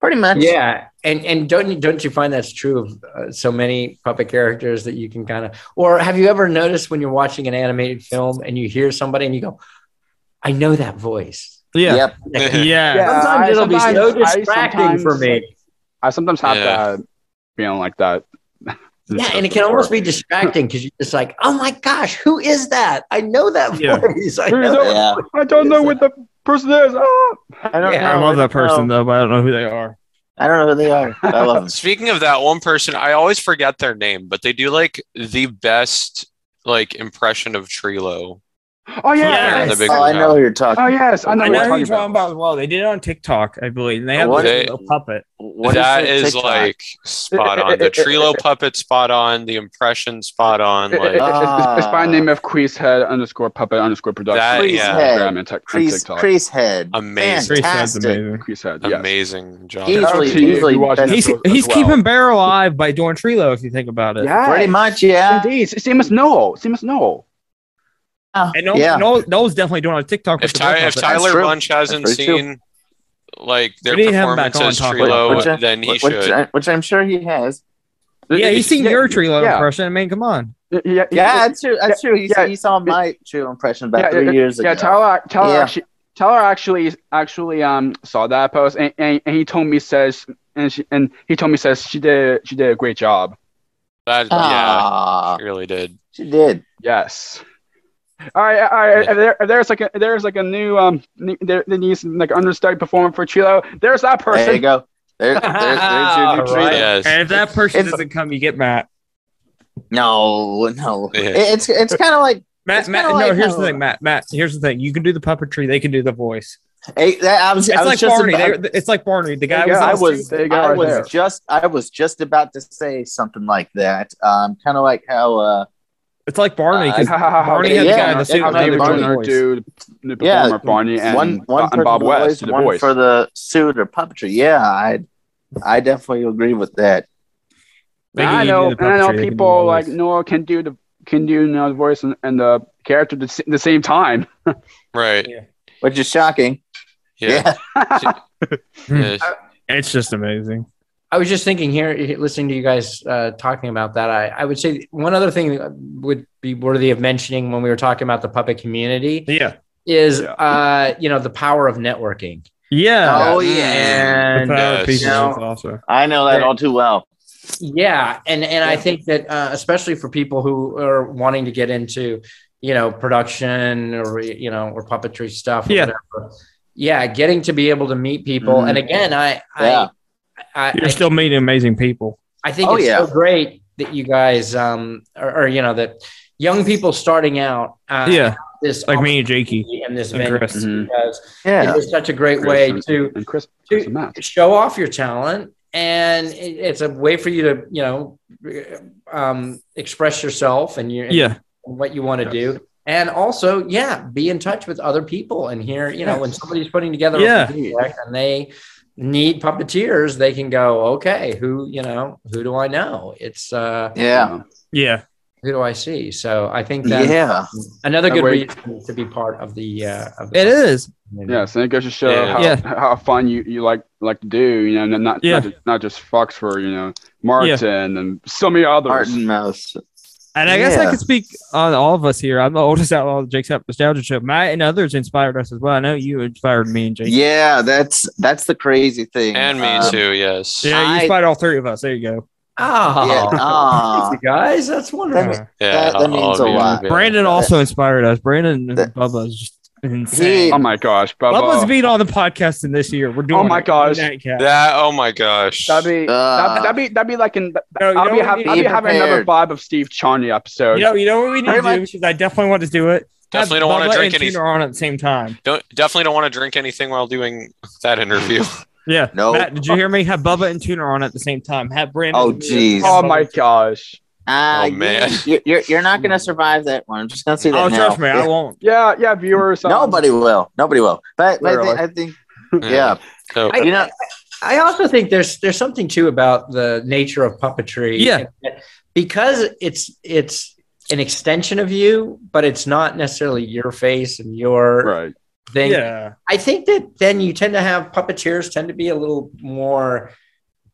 Pretty much. yeah and and don't you don't you find that's true of uh, so many puppet characters that you can kind of or have you ever noticed when you're watching an animated film and you hear somebody and you go i know that voice Yeah. Yep. Yeah. Yeah. sometimes I- it'll be so sometimes- I distracting for sometimes- me I sometimes have Yeah. that feeling like that. yeah and it can almost be distracting because you're just like oh my gosh who is that i know that Yeah. voice I Who is know that? Yeah. I don't know what the person is. Ah! I don't Yeah. I know. love that person though, but I don't know who they are. I don't know who they are. I love them. Speaking of that one person, I always forget their name, but they do like the best like impression of Trilo. Oh Yeah, yeah. the big oh, I one. know who you're talking. Oh yes. I know, I what you're know who talking you're talking about. about as well. They did it on TikTok, I believe. And they had What this is- little puppet. What that their is TikTok? like spot on. The Trilo puppet spot on. The impression spot on. It- it- Like it's, it's, it's by Ah. the name of Queeshead underscore puppet underscore production. That- on yeah. Instagram and, tech and Crease, TikTok. crease head. Amazing. Three sides Fantastic. amazing. Queeshead, yes. amazing job. He's Shout out Easily- to you if easily you're watching best- this He's as he's well. keeping Bear alive by doing Trilo, if you think about it. Yes. Pretty much, yeah. Indeed. Same as Noel. Same as Noel. And Noel, Yeah. Noel, Noel's definitely doing it on TikTok. if, with the Bear Ty- if puppet. That's Tyler true. Bunch hasn't That's true. seen like their We need him back performance on as top. Trilo, Which- which- then he Which, should. I, which I'm sure he has. yeah, he's seen Yeah, your Trilo yeah. impression. I mean, come on. Yeah. Yeah. Yeah, that's true. That's true. He, yeah. he saw my true impression about Yeah, three yeah, years ago. Yeah, Tyler, Tyler Yeah. actually, Tyler actually, actually, um, saw that post, and, and, and he told me says, and she, and he told me says she did, she did a great job. That, yeah, Ah, he really did. she did. Yes. All right, all right. If, there, if there's like a, there's like a new um, ne- there, there needs like understudy performer for Chilo. There's that There you person. go. There, there, there's your new All Trilo. right. Yes. And if that person It's- doesn't come, you get Matt. No, no. Yeah. It- it's it's kind of like Matt, It's Matt, no, kinda like here's how- the thing, Matt. Matt, here's the thing. You can do the puppetry. They can do the voice. hey, that, I was, It's I was like just Barney. about- They- it's like Barney. The guy There you go. I was. on the was. street. There you go. I right was there. just I was just about to say something like that. Um, kind of like how uh, It's like Barney. 'cause Ha, ha, ha, ha. Barney had the guy in the yeah, suit how with the many Barney Barney voice. do the Yeah, performer Barney and, uh, one one for and Bob the West voice, to the one voice. for the suit or puppetry. Yeah, I I definitely agree with that. They can I do know, the and I know puppetry, they can do people the like voice. Noah can do the can do you know, the voice and, and the character at the, s- the same time. Right. Which is shocking. Yeah. Hmm. Yes. It's just amazing. I was just thinking here, listening to you guys uh, talking about that. I, I would say one other thing that would be worthy of mentioning when we were talking about the puppet community Yeah. is, Yeah. uh, you know, the power of networking. Yeah. Oh Yeah. yeah, The And power of yes. uh, people Now- is also. I know that all too well. yeah, and and I think that uh, especially for people who are wanting to get into, you know, production or you know or puppetry stuff. Or Yeah. Whatever, yeah, getting to be able to meet people, Mhm. and again, I, Yeah. I, I, You're I still meeting amazing people. I think Oh, it's yeah. so great that you guys um or, you know that young people starting out uh, Yeah. this Like me and Jakey. opportunity and this and venue Chris. Mm-hmm. because Yeah, it is such a great Chris way and- to and Chris, Chris and Matt. show off your talent and it, it's a way for you to you know um, express yourself and your and Yeah. what you want to do and also yeah be in touch with other people and hear you know when somebody's putting together Yeah. a project and they need puppeteers, they can go, okay, who, you know, who do I know? It's uh Yeah. Yeah. who do I see? So I think that Yeah. another That good way- reason to be part of the uh of the It is. community. Yeah, so it goes to show Yeah. How, Yeah. how fun you, you like like to do, you know, and not Yeah. not, just, not just Fox for you know Martin and so many others. Heart and mouth. And I guess I Yeah. could speak on all of us here. I'm the oldest outlaw of the Jake's Up Nostalgia Show. Matt and others inspired us as well. I know you inspired me and Jake. Yeah, that's that's the crazy thing. And me Um, too, yes. Yeah, you I- inspired all three of us. There you go. Oh, Yeah. uh, aw. thank you guys, that's wonderful. Uh, Yeah, that all means of a you. lot. Yeah. Brandon also inspired us. Brandon and That- Bubba is just He- insane. Oh my gosh, Bubba. Bubba's been on the podcast in this year. We're doing Oh my it. gosh. Nightcap. That oh my gosh. That'd be Uh, that'd, that'd be that'd be like in No, you I'll know be, what hav- we I'll need- be having another vibe of Steve Chani episode. You know, you know what we need to Pretty do much. because I definitely want to do it. Have Definitely don't want Bubba to drink and any Tina on at the same time. don't definitely don't want to drink anything while doing that interview. Yeah. No. Matt, did you hear me? Have Bubba and Tuna on at the same time. Have Brandon. Oh, and me. jeez. Have Oh Bubba. my gosh. Ah, Oh, you- man. you're, you're you're not gonna survive that one. I'm just gonna say that Mm. Oh, now. trust me, I won't. Yeah, yeah, viewers. um, Nobody will. Nobody will. But, but I, Really? think, I think, yeah, So, I- you know, I also think there's there's something too about the nature of puppetry. Yeah. Because it's it's an extension of you, but it's not necessarily your face and your Right. thing. Yeah. I think that then you tend to have puppeteers tend to be a little more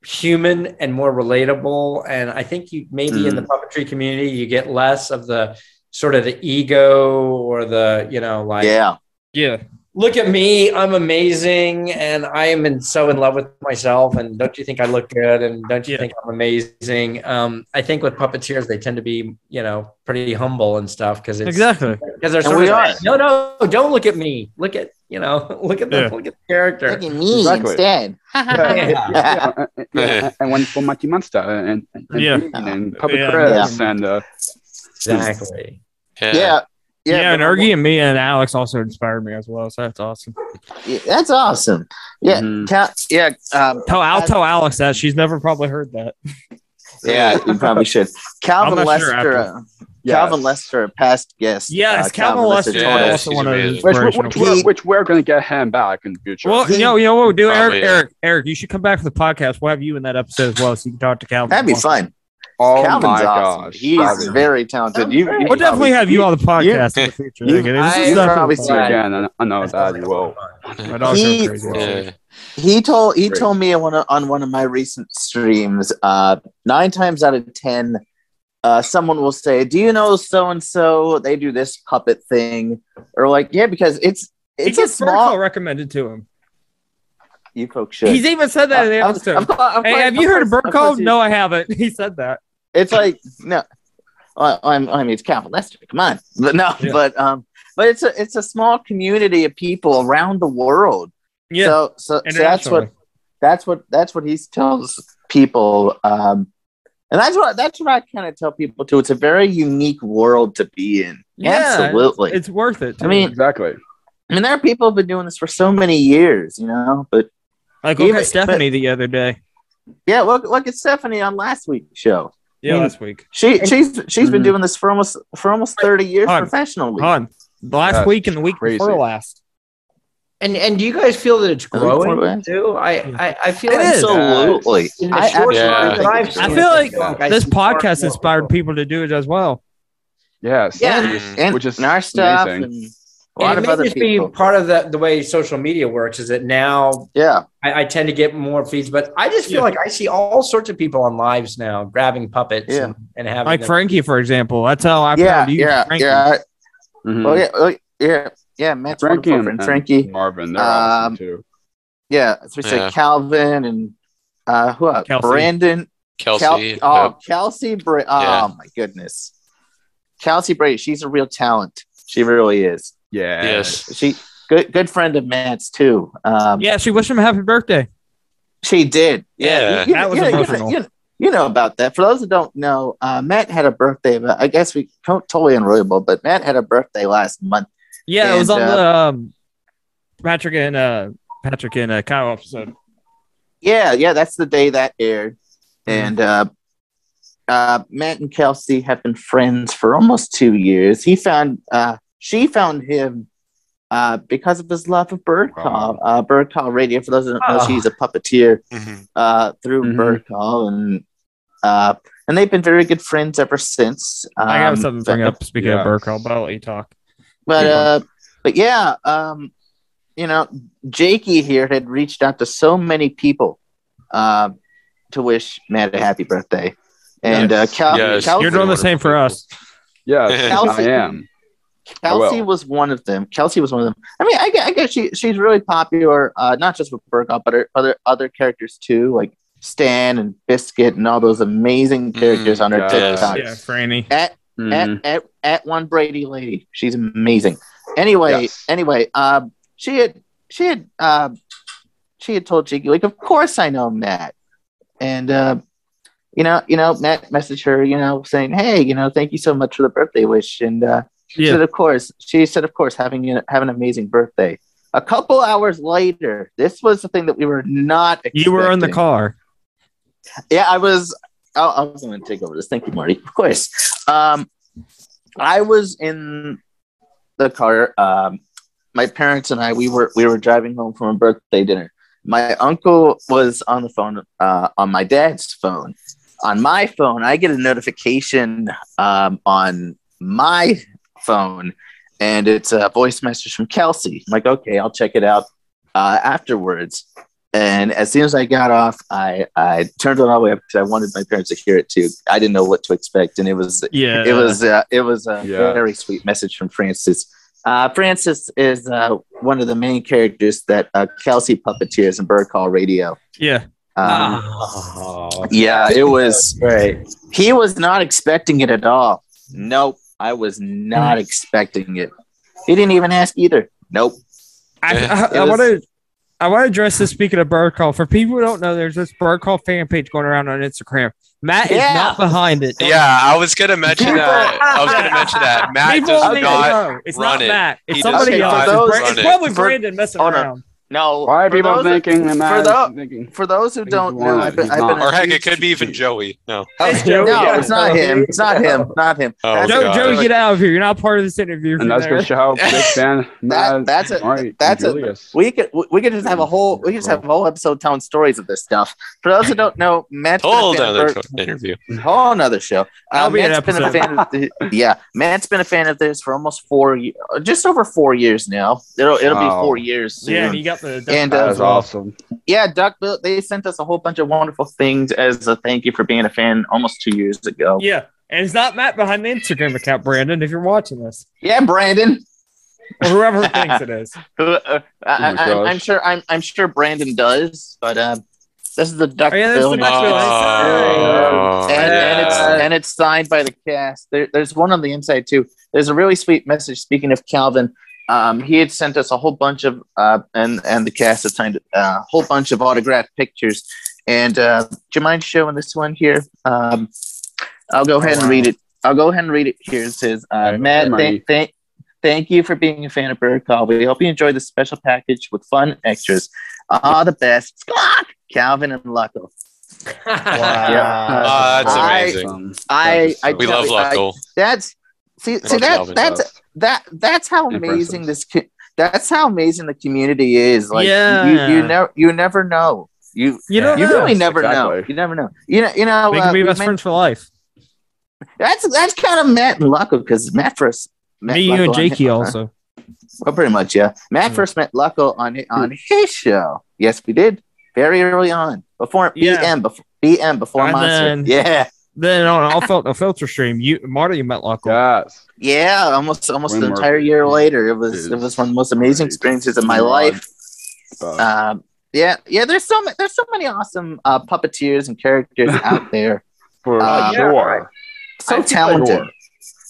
human and more relatable. And I think you maybe in the puppetry community you get less of the sort of the ego or the you know like yeah. Yeah. look at me, I'm amazing, and I am in, so in love with myself. And don't you think I look good? And don't you Yeah. think I'm amazing? Um, I think with puppeteers, they tend to be, you know, pretty humble and stuff because it's Exactly. because they're And sort we of are. like, no, no, don't look at me. Look at you know, look at the Yeah. look at the character. Look at me Exactly. instead. Yeah, Yeah. yeah, uh, uh, yeah, and one for Mighty Monster and, and, and Yeah. Dean and Puppet Yeah. Chris and uh, Exactly. yeah. Yeah. Yeah. and but- Ergie and me and Alex also inspired me as well. So that's awesome. Yeah, that's awesome. Yeah, Mm. Mhm. count, yeah, um, Tell, I'll I- tell Alex that. She's never probably heard that. yeah. You probably should. Calvin I'm not sure Lester. after. uh, yes. Calvin Lester, a past guest. Yes. uh, Calvin Lester Lester is told us also he's one of amazing. those Which- Which, inspirational which, people. we're, which we're going to get him back in the future. Well, He- you know, you know what we'll do, Eric, Probably, yeah. Eric, Eric, you should come back for the podcast. We'll have you in that episode as well, so you can talk to Calvin. That'd be fun. oh Calvin's my awesome. gosh. He's Calvin. very talented. You, you We'll definitely have you on the podcast in the future. you- Okay, this is I- nothing you've probably but- seen Yeah, again, I- I know that you will. My dogs go He- crazy. Yeah. He told he Great. told me on one of, on one of my recent streams, uh, nine times out of ten, uh, someone will say, "Do you know so and so? They do this puppet thing," or like, "Yeah, because it's He it's a gets small." Vertical recommended to him. You folks should. He's even said that in the episode. hey, have you heard of Burkholm? No, I haven't. He said that. it's like no. I, I'm, I mean, it's Calvin Lester. Come on, but no, Yeah. but um, but it's a it's a small community of people around the world. Yeah, So so, so that's what internationally. that's what that's what he tells people um and that's what that's what i kind of tell people too it's a very unique world to be in Yeah, absolutely It's worth it. i mean Exactly. i mean there are people who've been doing this for so many years you know but like look even- at Stephanie the other day. yeah look look at stephanie on last week's show Yeah, mean- last week. she she's she's been Mhm. doing this for almost for almost 30 years Hon. professionally Hon, the last That's week and the week crazy. before last. And and do you guys feel that it's I think we're growing right. too? I I, I feel It like is. absolutely in the I absolutely short Yeah. time that I've think it's seen I it, feel like I this see far podcast more inspired people. people to do it as well. Yes. Yeah. Mm. and, Which is and our stuff amazing. and a And lot it of may other just be people part of the, the way social media works is that now yeah I, I tend to get more feeds, but I just feel Yeah. like I see all sorts of people on lives now grabbing puppets Yeah. and, and having Like them- Frankie, for example. That's how I yeah found you. yeah Frankie. yeah Mhm. Oh yeah, oh, yeah, yeah. Matt's Frankie Frankie and, uh, and and Frankie. Marvin, they're Um, awesome too. Yeah, as we Yeah. said, Calvin and uh, who else? Kelsey. Brandon. Kelsey. Kel- uh, oh, Kelsey. Bra- oh Yeah. my goodness, Kelsey Brady. She's a real talent. She really is. Yeah. yes. She good good friend of Matt's too. Um, Yeah, she wished him a happy birthday. she did. Yeah. you- you- That was you know- you know- emotional. you know- you know about that. For those that don't know, uh, Matt had a birthday, but I guess we don't totally enrollable. But Matt had a birthday last month. Yeah, it was on And, uh, the um, Patrick and uh, Patrick and uh, Kyle episode. Yeah, yeah, that's the day that aired. Mhm. And uh, uh, Matt and Kelsey have been friends for almost two years. He found uh, she found him uh, because of his love of bird Wow. call, uh, bird call radio. For those who don't know, Ah. she's a puppeteer Mhm. uh, through Mm-hmm. Mhm. bird call, and uh, and they've been very good friends ever since. I Um, got something to bring but- up. Speaking yeah. of Burkle, but I'll let you talk. But Yeah. uh, but yeah, um, you know, Jakey here had reached out to so many people uh, to wish Matt a happy birthday, and Yes. uh, Cal- Yes. Kelsey, You're doing the same for us. Yes, I Kelsey- am. I will. Kelsey was one of them. Kelsey was one of them. I mean, I, gue- I guess she she's really popular, uh, not just with Burkop, but her other other characters too, like Stan and Biscuit and all those amazing characters on her yes. TikTok. Yeah, Franny. At Mhm. Mm-hmm. at, at at one Brady lady. She's amazing. Anyway, Yes. anyway, um, she had she had um, she had told Jiggy like, of course I know Matt, and uh, you know, you know, Matt messaged her, you know, saying, hey, you know, thank you so much for the birthday wish, and uh, she Yeah. said, of course, she said, of course, having an, have an amazing birthday. A couple hours later, this was the thing that we were not. Expecting. You were in the car. Yeah, I was. oh, I, I was going to take over this. Thank you, Marty. Of course. Um, I was in the car. Um, my parents and I we were we were driving home from a birthday dinner. My uncle was on the phone uh, on my dad's phone. On my phone, I get a notification um, on my phone, and it's a voice message from Kelsey. I'm like, okay, I'll check it out uh, afterwards. And as soon as I got off, I, I turned it all the way up because I wanted my parents to hear it too. I didn't know what to expect, and it was Yeah. it was uh, it was a Yeah. very sweet message from Francis. Uh, Francis is uh, one of the main characters that uh, Kelsey puppeteers in Bird Call Radio. Yeah. Um, Oh, Yeah, it was. Ah, great. He was not expecting it at all. Nope, I was not expecting it. He didn't even ask either. Nope. I, It I, I was- want to. I want to address this. Speaking of bird call, for people who don't know, there's this bird call fan page going around on Instagram. Matt Yeah. is not behind it. Yeah, I was gonna mention that. I was gonna mention that. Matt people does need to not. know. It's run not it. Matt. It's He does somebody not else. It's run Bra- it. it's probably For- Brandon messing Hold on. around. No. Why are for people those- thinking? and for I the- was thinking. For those who He's don't know, not. I've been, He's I've not. been a Or heck, huge- it could be even Joey. No. It's no, Joey. Yeah. it's not him. It's not him. Not him. Oh, That's- Joe- Joe, God. Joey, get out of here. You're not part of this interview. And from that's there. good show. Big fan. That, Matt, that's it. Marty, and that's it. Julius. We could we- we could just Mm, have a whole we could just have a whole episode telling stories of this stuff. For those who don't know, Matt's been a Whole fan of other Bird- interview. whole another show. Uh, That'll be an Matt's been a episode. fan of the, yeah, Matt's been a fan of this for almost four, ye- uh, just over four years now. It'll it'll Wow. be four years soon. Yeah, Yeah, and you got the And, uh, That is awesome. Duck Bill, they sent us a whole bunch of wonderful things as a thank you for being a fan almost two years ago. Yeah, yeah, and it's not Matt behind the Instagram account, Brandon. If you're watching this, Brandon. or whoever thinks it is. Who, uh, I, my I, I'm, I'm gosh. sure I'm I'm sure Brandon does, but uh, this is the Duck Oh, yeah, that's Bill. the Duck Bill. Oh. and, and it's Yeah. and it's signed by the cast. There, there's one on the inside too. There's a really sweet message. Speaking of Calvin, um, he had sent us a whole bunch of uh, and and the cast had signed uh, a whole bunch of autographed pictures. And uh, do you mind showing this one here? Um, I'll go ahead and read it. I'll go ahead and read it. Here it says, uh, Okay, Matt, Marty. thank, thank, thank you for being a fan of Bird Call. We hope you enjoy this special package with fun extras. All the best, Scott, Calvin, and Lucko. Uh, Uh, uh, Ah, that's awesome. amazing. I, I We tell love you, I- Lucko. that's see see Love that Calvin that's does. that that's how amazing Impressive. this co- that's how amazing the community is. Like Yeah. you you never you never know you You don't you know. really never know exactly. you never know you know you know we uh, can be we best men- friends for life. that's that's kind of Matt and Lucko because Matt first met Me, you, and Jakey also. also. Well, Oh, pretty much, yeah. Matt Hmm. first met Lucko on on his show. Yes, we did very early on before Yeah. BM before BM before And Monster. then- yeah, Then on All Felt No Filter stream, you Marty, you met Lockwood. Yes. yeah. Almost almost When an Mark- entire year later, it was is it was one of the most amazing great. experiences of my Come on. life. But- Um, yeah, yeah. There's so ma- there's so many awesome uh, puppeteers and characters out there. for uh, yeah, sure. So I feel like- talented.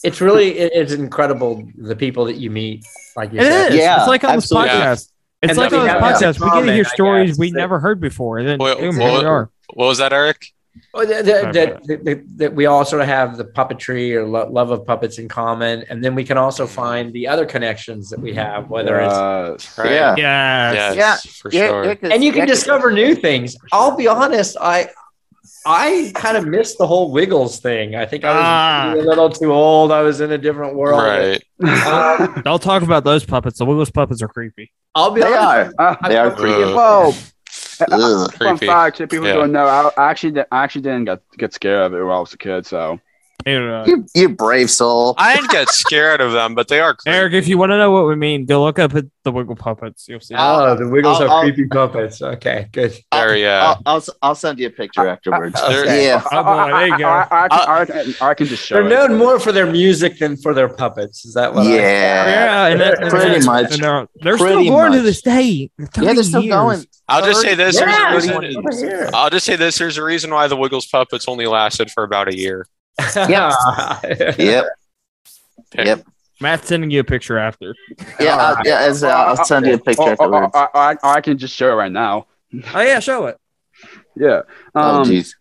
It's really it, it's incredible the people that you meet. Like you It said. is. Yeah, it's like on this absolutely. Yeah. podcast. It's And like then on we this have podcast. that We get to comment, hear I stories guess, we that- never heard before, and then Well, boom, well- here we are. What was that, Eric? Well, the, the, the, the, the, we all sort of have the puppetry or lo- love of puppets in common, and then we can also find the other connections that we have, whether it's Yes. Right. Yeah. Yeah. Yes, Yeah, for yeah, sure. yeah, 'cause- and you can yeah, 'cause- discover new things. I'll be honest, I I kind of missed the whole Wiggles thing. I think I was Ah. a little too old. I was in a different world. Right. Uh, Um, Don't talk about those puppets. The Wiggles puppets are creepy. I'll be They honest. are. Uh, They are Ugh. creepy. whoa. Ugh. Fun Creepy. fact to people Yeah. who don't know, I, I actually di- I actually didn't get get scared of it when I was a kid. So Eric, You, you brave soul. I didn't get scared of them, but they are creepy. Eric, if you want to know what we mean, go look up at the Wiggle puppets. You'll see. Oh, the Wiggles I'll- are I'll- creepy puppets. Okay, good. uh, They're, yeah. I'll, I'll, I'll send you a picture afterwards. They're- Yeah. Oh, boy, there you go. I, I, I, Uh, I, can, I can just show They're it. known more for their music than for their puppets. Is that what? I- Yeah. yeah, and that- and Pretty that's- much. and they're, they're Pretty still going to much. this day. Yeah, they're still going. I'll just uh, say this. There's Yeah, a it's reason, over here. I'll just say this. There's a reason why the Wiggles puppets only lasted for about a year. Yep. Matt's sending you a picture after. Yeah. I'll, yeah. As, uh, I'll send you a picture Oh, oh, oh, afterwards. Oh, I, I, I can just show it right now. Oh yeah, show it. Yeah. Um, jeez.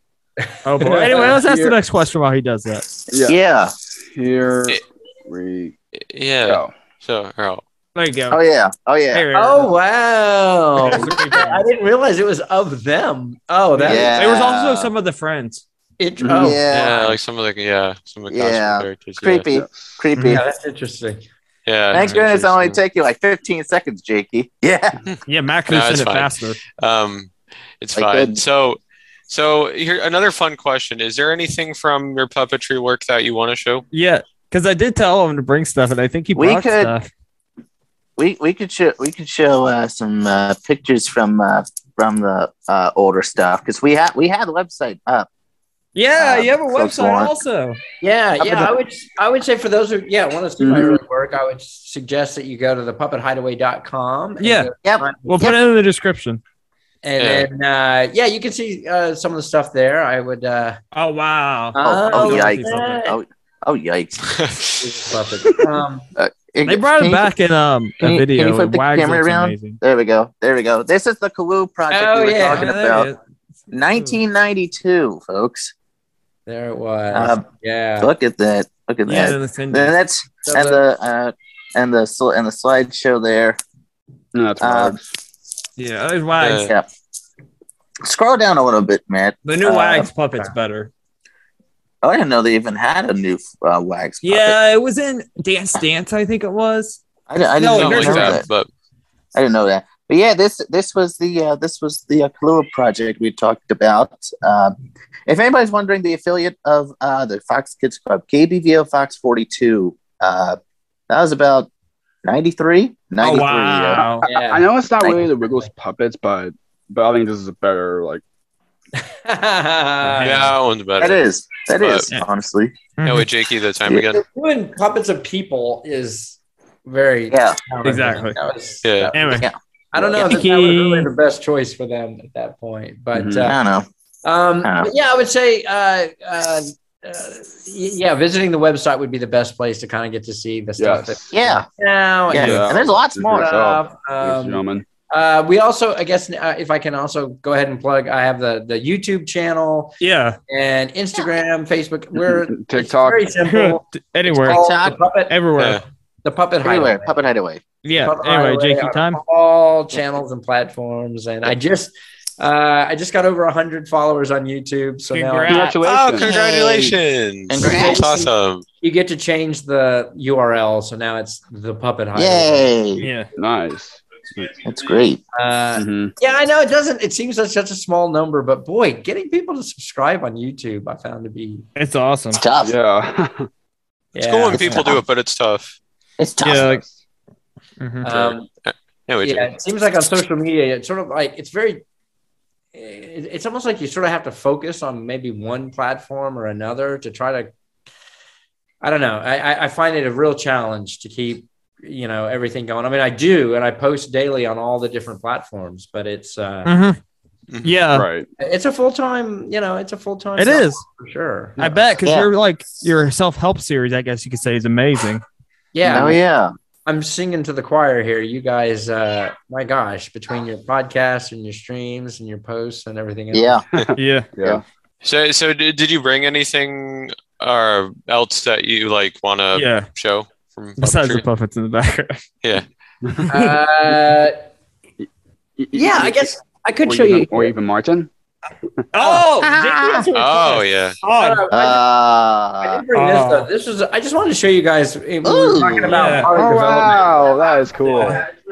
Oh boy. Anyway, let's ask the next question while he does that. Yeah. yeah. Here It- we Yeah. go. So, oh. There you go. Oh yeah. Oh yeah. There. Oh wow! That's a creepy one. I didn't realize it was of them. Oh, that Yeah. There was also some of the friends. it- oh. yeah. Yeah. Yeah, like some of the yeah, some of the Yeah. costume characters. yeah. Creepy. Creepy. that's interesting. Yeah. Thank goodness it only interesting. took you like 15 seconds, Jakey. Yeah. Yeah, Matt could No, have it's sent it fine. faster. Um, it's I fine. could- So, so here another fun question: Is there anything from your puppetry work that you want to show? Yeah, because I did tell him to bring stuff, and I think he We brought could- stuff. We we could show we could show uh, some uh, pictures from uh, from the uh, older stuff because we had we had a website up. Yeah, Uh, you have a folks website want- also. Yeah, Up in yeah. the- I would I would say for those who yeah want to see my Mhm. early work, I would suggest that you go to the puppethideaway.com. and Yeah. go- Yep. We'll put it in the description. And Yeah. then uh, yeah, you can see uh, some of the stuff there. I would uh Oh wow! Oh, I oh, would yikes. say- Oh, oh yikes! Puppets. Um, They brought Can it you- back in um can a you- video. can you flip It the wags, camera it's around? amazing. There we go. There we go. This is the Kalu project Oh, we were yeah. talking Yeah, there about. it is. 1992, folks. there it was. Uh, yeah. Look at that. Look at Yeah, that. it's in And there. that's So and the- the uh, and the sl- and the slideshow there. No, Mm, that's Uh, weird. yeah, there's wags. Uh, Um, Scroll down a little bit, Matt. the new uh, wags puppet's better. Oh, I didn't know they even had a new uh, wax. puppet. Yeah, it was in Dance Dance, I think it was. I, didn't- I didn't No, even Something know like there's- that. that, but I didn't know that. But yeah, this this was the uh, this was the uh, Kahlua project we talked about. Um, if anybody's wondering, the affiliate of uh, the Fox Kids Club, KBVO Fox Forty Two. Uh, that was about 93? 93 Oh yeah. wow! I- Yeah. I know it's not Like- really the Wiggles puppets, but but I think this is a better like. yeah, that one's better. That is that is But- honestly Yeah, wait, Jakey, the time again. Doing puppets of people is very yeah. Exactly. That was- Yeah. Anyway, Yeah. I don't know if that, Yeah. that was really the best choice for them at that point, but Mhm. uh, I don't know. Um, Uh. but yeah, I would say, uh, uh, uh, yeah, visiting the website would be the best place to kind of get to see the Yes. stuff. that- Yeah, Now, yeah, and Yeah. And there's lots There's more. lots. stuff. ladies and Um, gentlemen. uh, we also, I guess, uh, if I can also go ahead and plug, I have the the YouTube channel yeah. and Instagram, Facebook. We're it's TikTok. very simple. Anywhere, It's called TikTok. the puppet, everywhere. the puppet Everywhere, hideaway. Puppet Hideaway. Yeah. Puppet Anyway, Hideaway Jakey, on time. all channels and platforms, and I just. Uh, I just got over 100 followers on YouTube, so now I- Congrats. Oh, Congratulations. congratulations! Congrats. That's awesome. you get to change the URL. So now it's the puppet Uh, hideaway. Yay! Yeah. nice. That's great. Uh, Mm-hmm. Mhm. yeah, I know it doesn't, it seems like such a small number, but boy, getting people to subscribe on YouTube, I found to be. It's awesome. It's tough. Yeah. It's cool when it's people do it, but it's tough. It's tough. Yeah. Like, Yeah. mhm. Um, Anyway, yeah, Jakey. it seems like on social media, it's sort of like, it's very, it- it's almost like you sort of have to focus on maybe one platform or another to try to, I don't know. I, I- I find it a real challenge to keep, you know, everything going. I mean, I do, and I post daily on all the different platforms, but it's, uh, Mhm. Yeah, Right. It's a full time, you know, it's a full time. it is. for sure. I bet because Yeah. you're like your self help series, I guess you could say, is amazing. Yeah, Oh yeah. I'm singing to the choir here. You guys, uh, my gosh, between your podcast and your streams and your posts and everything else. Yeah. yeah. Yeah. So, so did, did you bring anything or else that you like want to yeah. show from Besides the puppetry? puppets in the background. Uh, yeah, I guess I could Or show even, you. Or even Martin. Oh, Oh yeah. Oh, I Uh, did bring this Oh. though. This was I just wanted to show you guys. eh, We were Ooh. talking about Yeah. product Oh wow, development. that is cool.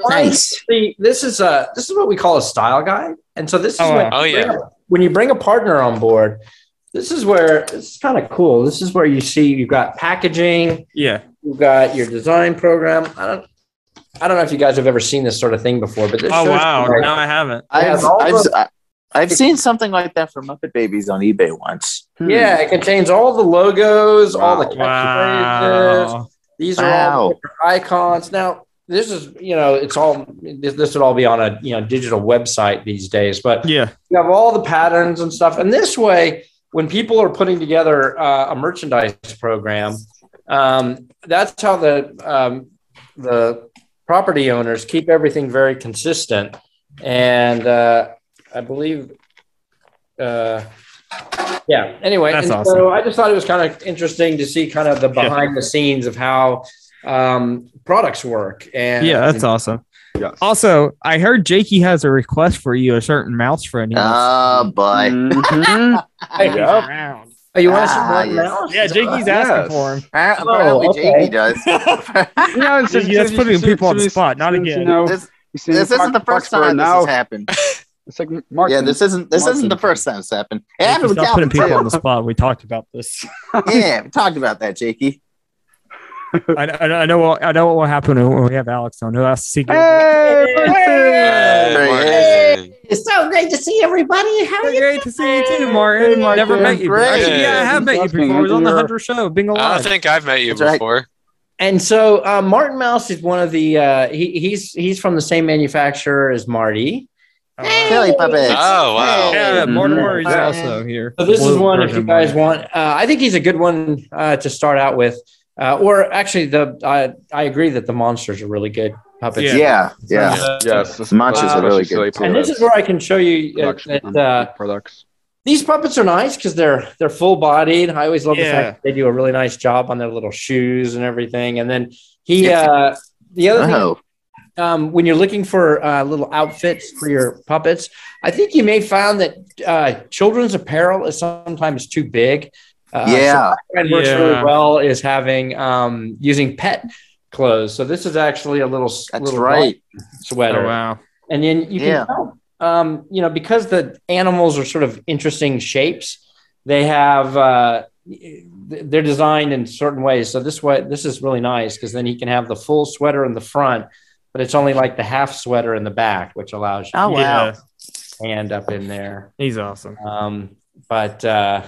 nice. See, this is a this is what we call a style guide, and so this is Oh, when, wow. Oh, you bring yeah. a- when you bring a partner on board. This is where this is kind of cool. This is where you see you've got packaging, yeah. you've got your design program. I don't I don't know if you guys have ever seen this sort of thing before, but this Oh shows wow. you, like, No, I haven't. I've, Yeah, all I've, the- I- I've seen something like that for Muppet Babies on eBay once. Hmm. yeah, it contains all the logos, all the catchphrases. Wow. These are all Wow. different icons. Now, this is you know, it's all this, this would all be on a you know digital website these days, but Yeah. you have all the patterns and stuff. And this way, when people are putting together uh, a merchandise program, um, that's how the um, the property owners keep everything very consistent. And uh, I believe, uh, yeah. Anyway, That's and awesome. so I just thought it was kind of interesting to see kind of the behind the scenes of how um, products work. And Yeah, that's awesome. Yes. Also, I heard Jakey has a request for you, a certain mouse friend. Uh, Oh boy. Mhm. Hey, He's Yep. around. Oh, you want to see Ah, more yes. now? Yeah, Jakey's Yes. asking for him. Apparently, Oh, okay. Jamie does. You know, it's just- Yeah, that's it's putting just- people on the it's- spot, not it's, again. You know, this you see this Mark isn't the first Zuckerberg time this now. has happened. It's like Mark. Yeah, this isn't this isn't the first time it's happened. It Jakey, happened with stop putting Calvin people on too. the spot. We talked about this. Yeah, we talked about that, Jakey. I, I, I know. What, I know what will happen when we have Alex on. Who has to see? Hey, Martin! Hey. Martin. It's so great to see everybody. How Great to see you too, Martin. Hey, Never Martin. met you. Great. Actually, yeah, I have met you before. I was on the You're- hundred show. Bingo I live. don't think I've met you That's right. before. And so uh, Martin Mouse is one of the uh, he, he's he's from the same manufacturer as Marty. Oh, Kelly puppets. Oh, wow. yeah, Martin Mhm. Murray's Yeah. also here. So this is Blue one if you version guys of want. Uh, I think he's a good one uh, to start out with. Uh, or actually, the I I agree that the monsters are really good puppets. Yeah. Yeah, yeah. Yes, this- Munchies are really especially good. silly And this is where I can show you uh, products. that uh, products. these puppets are nice because they're they're full bodied. I always love Yeah. the fact that they do a really nice job on their little shoes and everything. And then he uh, the other thing Oh, um, when you're looking for uh, little outfits for your puppets, I think you may find that uh, children's apparel is sometimes too big. Uh, yeah. so what works Yeah. really well is having um, using pet clothes. So this is actually a little s- That's little right. Oh, sweater, wow. and then you can Yeah. tell, um, you know, because the animals are sort of interesting shapes. They have uh, th- they're designed in certain ways. So this way, this is really nice because then he can have the full sweater in the front, but it's only like the half sweater in the back, which allows you Oh wow. Yeah, to hand up in there. he's awesome. Um, but uh,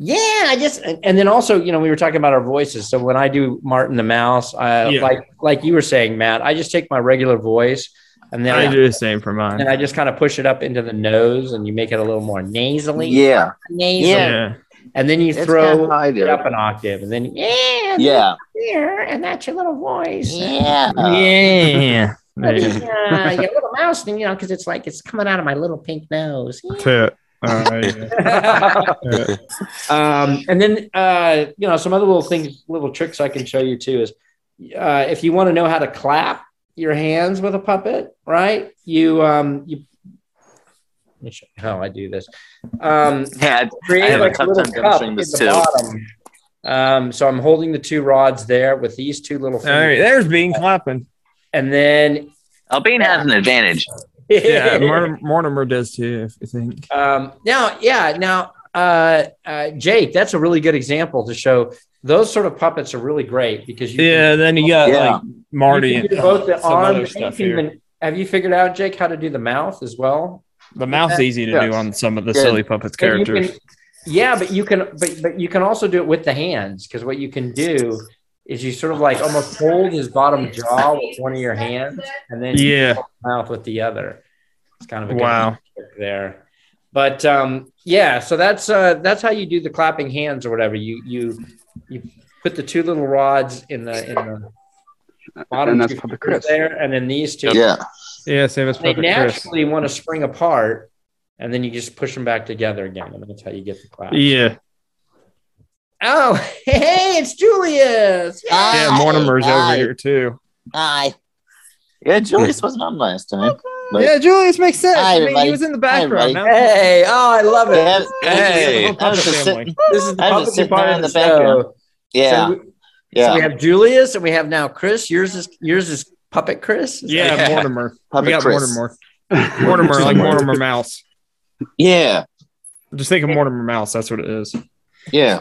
yeah, I just and, and then also, you know, we were talking about our voices. So when I do Martin the Mouse, I, Yeah. like like you were saying, Matt, I just take my regular voice and then I I, do the same for and mine. I just kind of push it up into the nose, and you make it a little more nasally, Yeah. nasal, yeah. Yeah. and then you It's throw kinda high it there. up an octave, and then yeah, and Yeah. there, and that's your little voice, Yeah. Yeah. Yeah. yeah, your little mouse, and you know, because it's like it's coming out of my little pink nose. That's it. All right, yeah. um, and then uh, you know some other little things, little tricks I can show you too is uh, if you want to know how to clap your hands with a puppet, right? You um, you. Let me show you how I do this. Um, Yeah. create I have a like a tough little time cup demonstrating at this the too. bottom. Um, so I'm holding the two rods there with these two little All right, fingers, there's being clapping. and then Albane has an advantage. Yeah, Mortimer, Mortimer does too. If you think Um, now, yeah, now, uh, uh, Jake, that's a really good example to show. Those sort of puppets are really great because you yeah, then you got Yeah. like can, Marty you and can do both the some arm. other and you stuff can here. even- have you figured out, Jake, how to do the mouth as well? the mouth's easy to do Yes. on some of the Good. silly puppets And you can- characters. yeah, but you can, but but you can also do it with the hands because what you can do is you sort of like almost hold his bottom jaw with one of your hands and then you Yeah. hold his mouth with the other. It's kind of a good Wow. trick there. But um, yeah, so that's uh, that's how you do the clapping hands or whatever. You you you put the two little rods in the in the bottom And that's two Puppet fingers Chris. there, and then these two. Yeah. Yeah, same as They Puppet Chris. naturally want to spring apart, and then you just push them back together again, and that's how you get the clap. Yeah. Oh, hey, it's Julius. Hi. Yeah, Mortimer's over Hi. Oh, here too. Hi. Yeah, Julius wasn't on last time. Like, yeah, Julius makes sense. Hi, I mean, everybody. he was in the Hi, background. everybody. now- Hey, oh, I love it. yeah, Hey. Little puppet I was just family. sitting- This is the I was just puppetry sitting part there of in the the background. show. yeah, So we, yeah. so we have Julius and we have now Chris. Yours is yours is puppet Chris. Is Yeah, Yeah. Mortimer. Puppet we got Chris. Mortimer. Mortimer, like Mortimer Mouse. Yeah, Just think of Mortimer Mouse. That's what it is. yeah.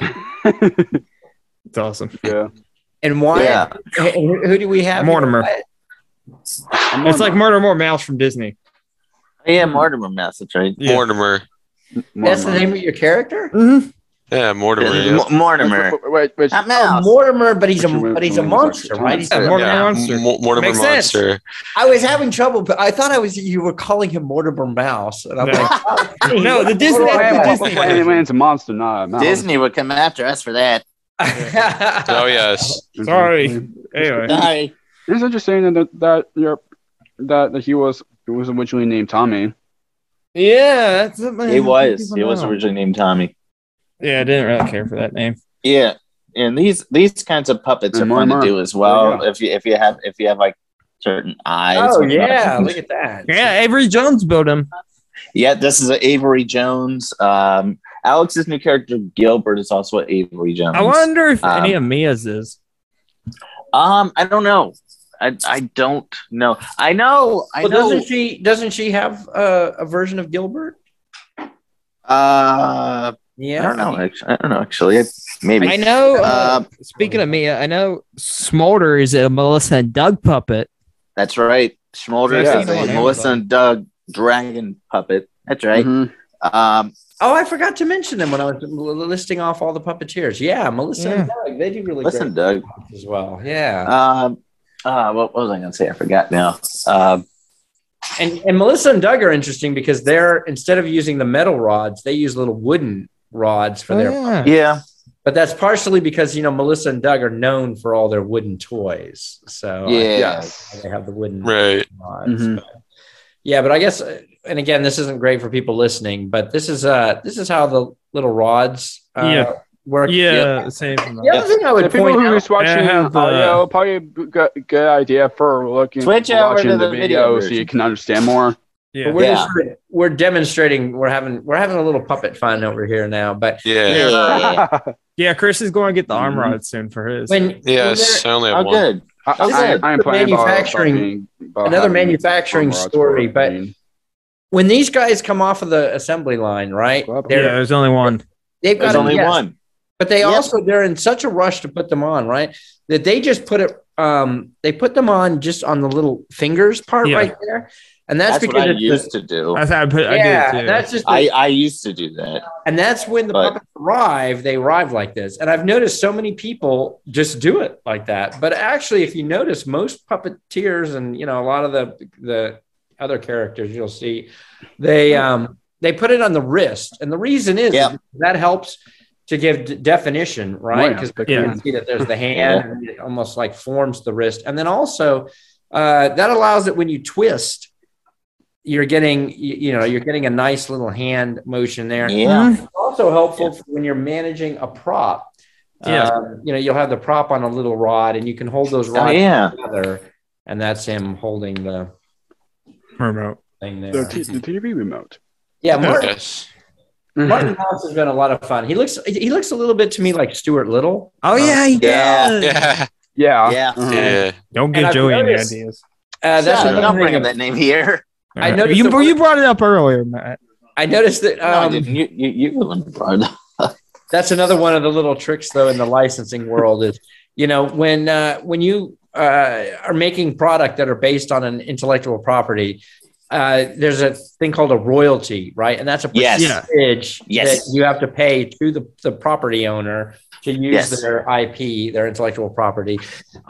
It's awesome. Yeah. And Wyatt, Yeah. and who, who do we have? Mortimer. Wyatt? uh, It's like Murder More Mouse from Disney. Oh, Yeah, Mortimer message, right? Yeah. Mortimer. That's the name of your character. Mhm. Yeah, Mortimer. Yeah, yeah. M- Mortimer. Wait, wait, wait, Not Oh, mouse. Mortimer, but he's a Which one- but he's a which one is monster, actually right? He's not Yeah, a Mortimer mouse. Monster. M- Mortimer Makes sense. Monster. I was having trouble, but I thought I was you were calling him Mortimer Mouse, and I'm No. like, No, the Disney. Wait, Ah, wait, the wait, Disney. wait, wait, wait, it's a monster, not a mouse. Disney would come after us for that. Oh yes. Sorry. Anyway. Sorry. It's interesting that that your that, that he was he was originally named Tommy. Yeah, that's man, It was. people It was know. originally named Tommy. Yeah, I didn't really care for that name. Yeah, and these these kinds of puppets are And fun to Mortimer. do as well. Yeah. If you if you have if you have like certain eyes. oh whatnot. yeah, look at that. Yeah, Avery Jones built him. Yeah, this is a Avery Jones. Um, Alex's new character Gilbert is also a Avery Jones. I wonder if Um, any of Mia's is. Um, I don't know. I, I don't know. I know. I Well, know. doesn't she doesn't she have uh, a version of Gilbert? Uh, I Yeah, don't know. Actually, I don't know. Actually, maybe. I know. Uh, Um, speaking of Mia, I know Smolder is a Melissa and Doug puppet. that's right. Schmolder Yeah. is a Melissa and Doug dragon puppet. That's right. Mhm. Um, Oh, I forgot to mention them when I was l- listing off all the puppeteers. Yeah, Melissa and Doug, they do really listen, great Doug. jobs as well. Yeah, Um, uh, what what was I going to say? I forgot now. Um, and and Melissa and Doug are interesting because they're instead of using the metal rods, they use little wooden rods for their. Oh, yeah. yeah. But that's partially because you know Melissa and Doug are known for all their wooden toys, so I- Yeah. Yes. they have the wooden Right. rods. Mhm. But- Mm-hmm. yeah, but I guess, uh, and again, this isn't great for people listening, but this is uh this is how the little rods uh, Yeah. work. Yeah, same. From The other thing I The would people point out. who's watching Yeah, yeah, the- audio probably a good, good idea for looking Switch over watching to the, the video video, so version. you can understand more. yeah. But we're Yeah. just we're demonstrating we're having we're having a little puppet fun over here now but Yeah. Yeah. Yeah, Chris is going to get the arm Mhm. rod soon for his. Mm-hmm. when Yes, I only have Oh, one. good. I, This is I, I am planning about- about manufacturing- being- about another having manufacturing Overwatch story, for but- being- when, when these guys come off of the assembly line right Well, yeah, they're there's only one. they've got There's to- only yes, one. but they Yep. also they're in such a rush to put them on right that they just put it um they put them on just on the little fingers part Yeah. right there and that's, That's, what because I it's the- used to do. That's how I put. I do yeah it too. that's just the- I, I used to do that. And that's when the But- puppets arrive, they arrive like this. And I've noticed so many people just do it like that. But actually, if you notice, most puppeteers and you know a lot of the the other characters you'll see, they um they put it on the wrist. And the reason is Yeah. that helps to give d- definition, right? Yeah. Because Yeah. you can see that there's the hand and it almost like forms the wrist. And then also uh, that allows that when you twist, you're getting you, you know you're getting a nice little hand motion there Yeah. Mm-hmm. also helpful for when you're managing a prop. Yeah. Um, you know, you'll have the prop on a little rod and you can hold those Oh, rods yeah. together. And that's him holding the remote. thing there. the, t- the TV remote. yeah, Martin, Yes. Martin House has been a lot of fun. He looks he looks a little bit to me like Stuart Little. Oh yeah, he Yeah. does. Yeah. yeah. Yeah. Uh-huh. Yeah. Don't And give I've Joey any noticed- ideas. Uh, that's Yeah, don't another bring thing. up that name here. I All right. noticed you. the- you brought it up earlier, Matt. I noticed that No, I um, didn't. You, you, you wouldn't brought it up. that's another one of the little tricks though in the licensing world is you know when uh, when you uh, are making product that are based on an intellectual property uh, there's a thing called a royalty right and that's a Yes. Yeah. percentage Yes. that you have to pay to the, the property owner to use Yes. their ip their intellectual property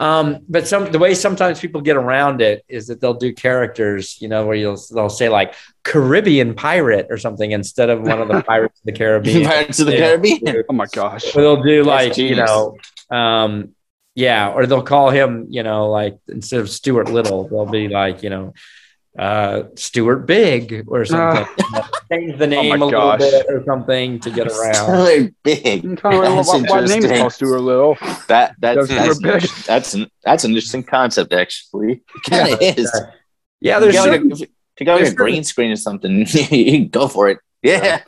um, but some the way sometimes people get around it is that they'll do characters you know where you'll they'll say like caribbean pirate or something instead of one of the pirates of the caribbean Pirates of the Yeah. Caribbean. Oh my gosh. or they'll do like you genius. know, um, yeah, or they'll call him you know like instead of Stuart Little, they'll be like you know, uh, Stuart Big or something. Change the name a little gosh. bit or something to get around. They're big. Kind of like, That's what, what name is interesting. called Stuart Little? That that's That's that's, Stuart Big. that's, an, that's an interesting concept actually. It kind of is. Yeah, there's You some, gotta- if, Take out There's your green screen or something. you can go for it. Yeah.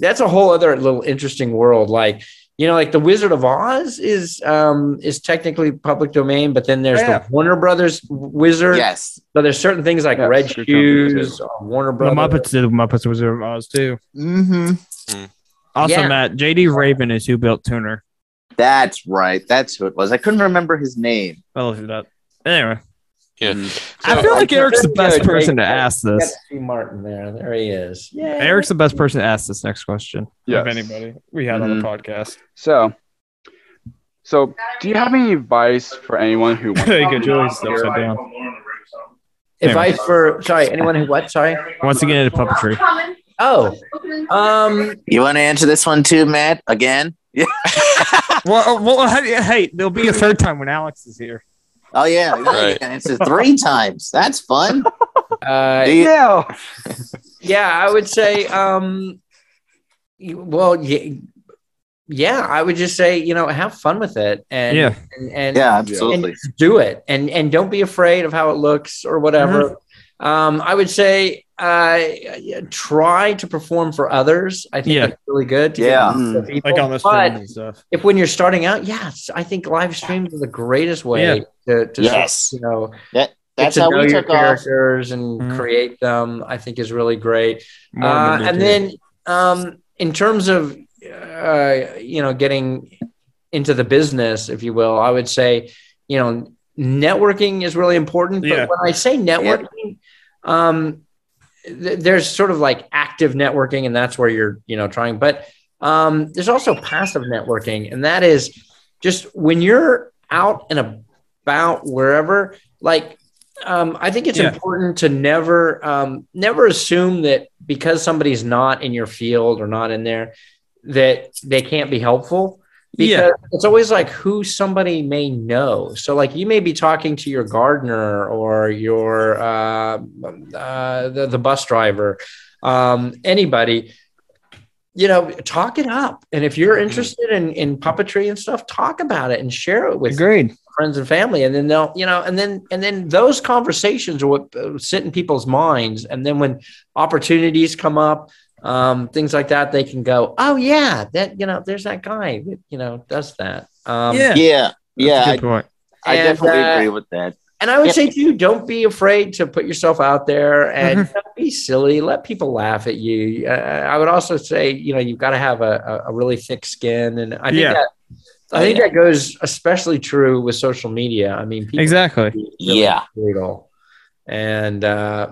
that's a whole other little interesting world. Like, you know, like the Wizard of Oz is um is technically public domain, but then there's Yeah. the Warner Brothers Wizard. Uh, Yes. So there's certain things like Yeah, Red sure, company Shoes, uh, Warner The Brothers. Muppets did Muppets Wizard of Oz too. Mm-hmm. Also, Yeah. Matt JD Raven is who built Tuner. That's right. That's who it was. I couldn't remember his name. I looked it up. Anyway, Yeah. Mm-hmm. I So- feel like Eric's the best Jake- person to ask Got this. Steve Martin there. There he is. Yeah. Eric's the best person to ask this next question. Mm. Yes. Of anybody we had on the podcast. So, so do you have any advice for anyone who wants Hey, good. Julie's upside down. Advice for sorry, anyone who what? Sorry. Once again, into puppetry. Oh. Um You want to answer this one too, Matt? Again? Yeah. well, uh, well, hey, hey, there'll be a third time when Alex is here. Oh yeah. Right. You can answer three times. That's fun. uh Do you- Yeah. yeah i would say um y- well yeah, yeah i would just say you know have fun with it and Yeah. and, and Yeah, absolutely. do it and and don't be afraid of how it looks or whatever Mm-hmm. um i would say uh yeah, try to perform for others i think Yeah. that's really good to get Yeah. to Mm. people. Like on this But and stuff. if when you're starting out yes i think live streams are the greatest way to, to Yes. you know That's get how to know we your took off. characters and Mhm. create them i think is really great uh, and then um, in terms of uh, you know getting into the business if you will i would say you know networking is really important Yeah. but when i say networking um, th- there's sort of like active networking and that's where you're you know trying but um, there's also passive networking and that is just when you're out and about wherever like um, i think it's Yeah. important to never um, never assume that because somebody's not in your field or not in there that they can't be helpful because Yeah. it's always like who somebody may know so like you may be talking to your gardener or your uh, uh, the, the bus driver um, anybody you know talk it up and if you're interested in in puppetry and stuff talk about it and share it with agreed. friends and family and then they'll you know and then and then those conversations are what uh, sit in people's minds and then when opportunities come up um, things like that they can go oh yeah that you know there's that guy that you know does that um, yeah, Yeah. Yeah. That's a I, good point. I And, definitely uh, agree with that. and I would Yeah. say too, don't be afraid to put yourself out there and Mm-hmm. you know, be silly. Let people laugh at you. Uh, I would also say, you know, you've got to have a, a a really thick skin, and I think Yeah. that I Oh, think yeah. that goes especially true with social media. I mean, people Exactly. can be Yeah. brutal, and uh,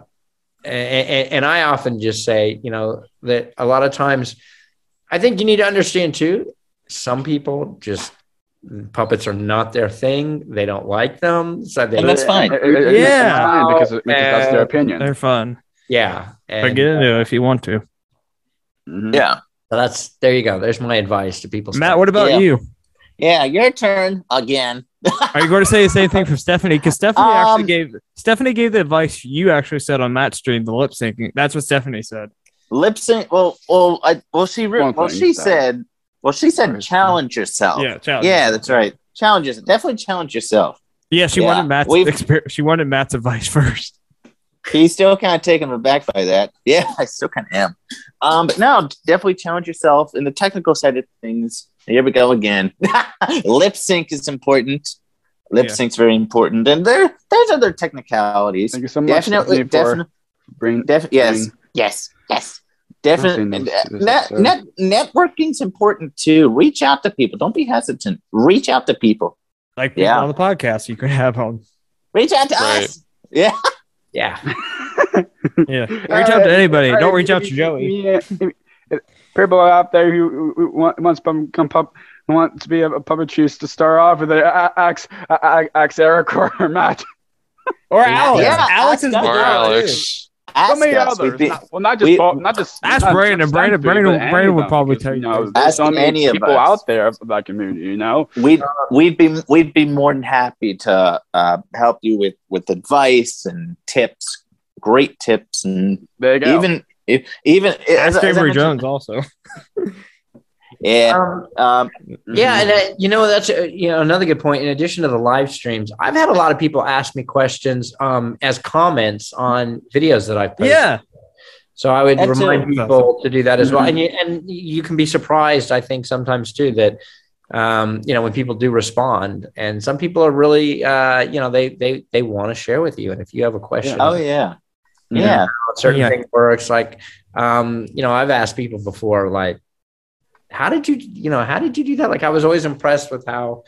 and and I often just say, you know, that a lot of times, I think you need to understand too. Some people just puppets are not their thing. They don't like them, so they And that's fine. It- it- it's Yeah. fine because, because that's Oh, their Yeah. opinion. They're fun. Yeah. But And uh, get into it if you want to. Mhm. Yeah. so that's there you go. There's my advice to people. Matt, what about Yeah. you? Yeah. Your turn again. Are you going to say the same thing for Stephanie? Because Stephanie actually Um, gave Stephanie gave the advice you actually said on Matt's stream, the lip syncing. That's what Stephanie said. Lip sync. Well, well, I, well, she, re- One well, thing, she so. said, well, she said, First challenge yourself. Yeah, challenge. Oh, Yeah, that's right. Challenge yourself. Definitely challenge yourself. Yeah, she Yeah. wanted Matt's We've- exper- she wanted Matt's advice first. He's still kind of taken aback by that. Yeah, I still kind of am. Um, but no, definitely challenge yourself in the technical side of things. Here we go again. Lip sync is important. Lip Yeah. sync's very important, and there there's other technicalities. Thank you so much. Definitely, Stephanie, for definitely, bring- def- yes, bring- yes, yes. Nothing Definitely, is- is net, absurd. net, networking's important too. Reach out to people. Don't be hesitant. Reach out to people. Like people Yeah. on the podcast you could have on. Reach out to Right. us. Yeah, Yeah. Yeah. Reach out to anybody. Don't reach out to Joey. Uh, Yeah. People out there who, who want, wants to become pub, want to be a, a puppetist to start off with uh, axe, uh, axe Eric or Matt. Or Alex. Oh, Yeah, Alex ask is us. Or the Alex. ask So many us. We'd others. be- not, well, not just we- Paul, not just. Ask not just Brandon. Brandon- Stanford, Brandon- but any Brandon of would them, probably because, tell you know, guys. there's so Ask many any of people us. out there of that community. You know. we'd we'd be we'd be more than happy to uh, help you with with advice and tips, great tips, and There you go. even if even as, as Ask I Avery mentioned- Jones also. Yeah. Um, Um, Mm-hmm. Yeah, and uh, you know that's uh, you know another good point. In addition to the live streams, I've had a lot of people ask me questions um, as comments on videos that I've posted. Yeah. So I would That's Mm-hmm. remind awesome. people to do that as well. And you, and you can be surprised, I think, sometimes too that um, you know when people do respond, and some people are really uh, you know they they they want to share with you. And if you have a question, Oh yeah. you know, Yeah. how certain Yeah. thing works, like um, you know I've asked people before, like how did you you know how did you do that? Like I was always impressed with how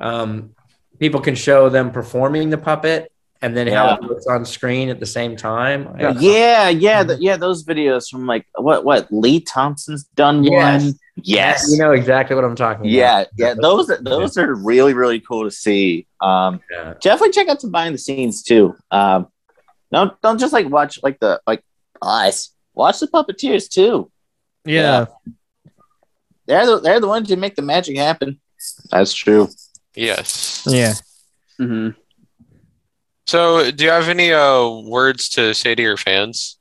um, people can show them performing the puppet. And then how it looks on screen at the same time. I- Yeah, yeah, th- yeah. Those videos from like what what Lee Thompson's done Yes. one. Yes. You know exactly what I'm talking about. yeah, yeah. Those those are really really cool to see. Um, Yeah. definitely check out some behind the scenes too. Um, don't don't just like watch like the like us. Watch the puppeteers too. Yeah. They're the, they're the ones who make the magic happen. That's true. Yes. Yeah. Mm-hmm. So, do you have any uh, words to say to your fans?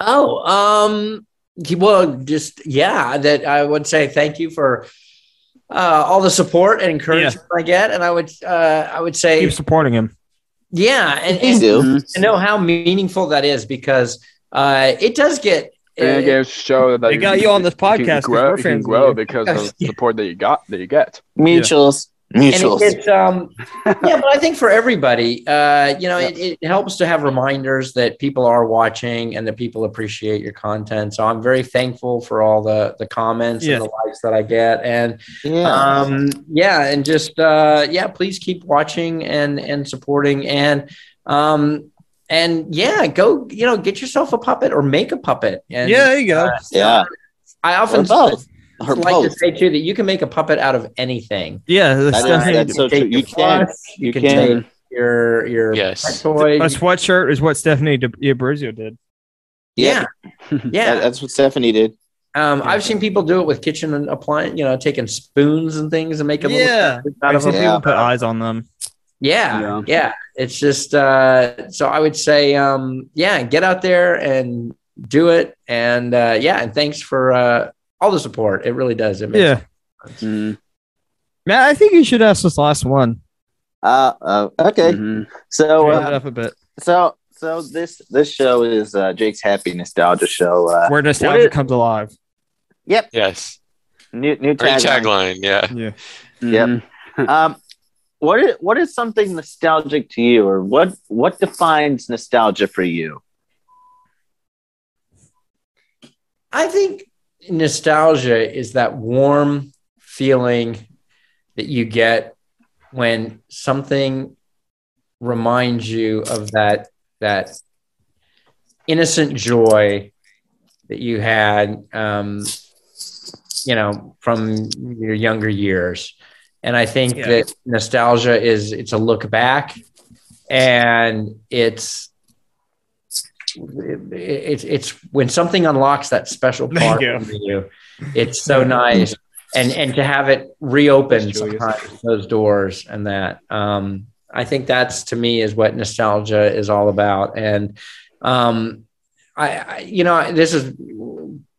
Oh, um, well, just yeah, that I would say thank you for uh, all the support and encouragement I get, and I would uh, I would say Keep supporting him. yeah, and, Please do. and to know how meaningful that is because uh, it does get. And uh, it show that They got you on this You podcast can 'cause grow, we're you can fans. of grow you. because of the support that you got that you get. Mutuals. and it Mutuals. gets, um, yeah, but I think for everybody, uh, you know, it, it helps to have reminders that people are watching and that people appreciate your content. So I'm very thankful for all the the comments Yeah. and the likes that I get, and yeah. um, yeah, and just uh, yeah, please keep watching and and supporting and um, and yeah, go you know get yourself a puppet or make a puppet. And uh, Yeah, there you go. yeah. I Or often both. Or like to both. say too that you can make a puppet out of anything. Yeah. The That stuff- is, that's so true. Take You your can. floss, You can. take your your Yes. toy. a sweatshirt is what Stephanie Di- D'Abrizio did. yeah, yeah. That- that's what Stephanie did. Um, I've seen people do it with kitchen and appliance. You know, taking spoons and things and make a little Yeah. puppet out of Some them. Yeah. people put eyes on them. Yeah, Yeah. yeah. It's just uh, so I would say, um, yeah, get out there and do it, and uh, yeah, and thanks for uh, all the support. It really does. It makes Yeah. Mm-hmm. Matt, I think you should ask this last one. Uh, uh, okay. Mhm. So Turn uh, it up a bit. So so this this show is uh, Jake's Happy Nostalgia Show. Uh, Where nostalgia is- comes alive. Yes. new new Great tagline. tagline. Yeah. Yep. Mhm. Um, what is what is something nostalgic to you, or what what defines nostalgia for you? I think nostalgia is that warm feeling that you get when something reminds you of that that innocent joy that you had um, you know from your younger years and i think Yeah. that nostalgia is it's a look back and it's it- it's it's when something unlocks that special There part you go. of you. It's so nice, and and to have it reopen Thanks, Julius. sometimes those doors and that. Um, I think that's to me is what nostalgia is all about, and um, I, I you know this is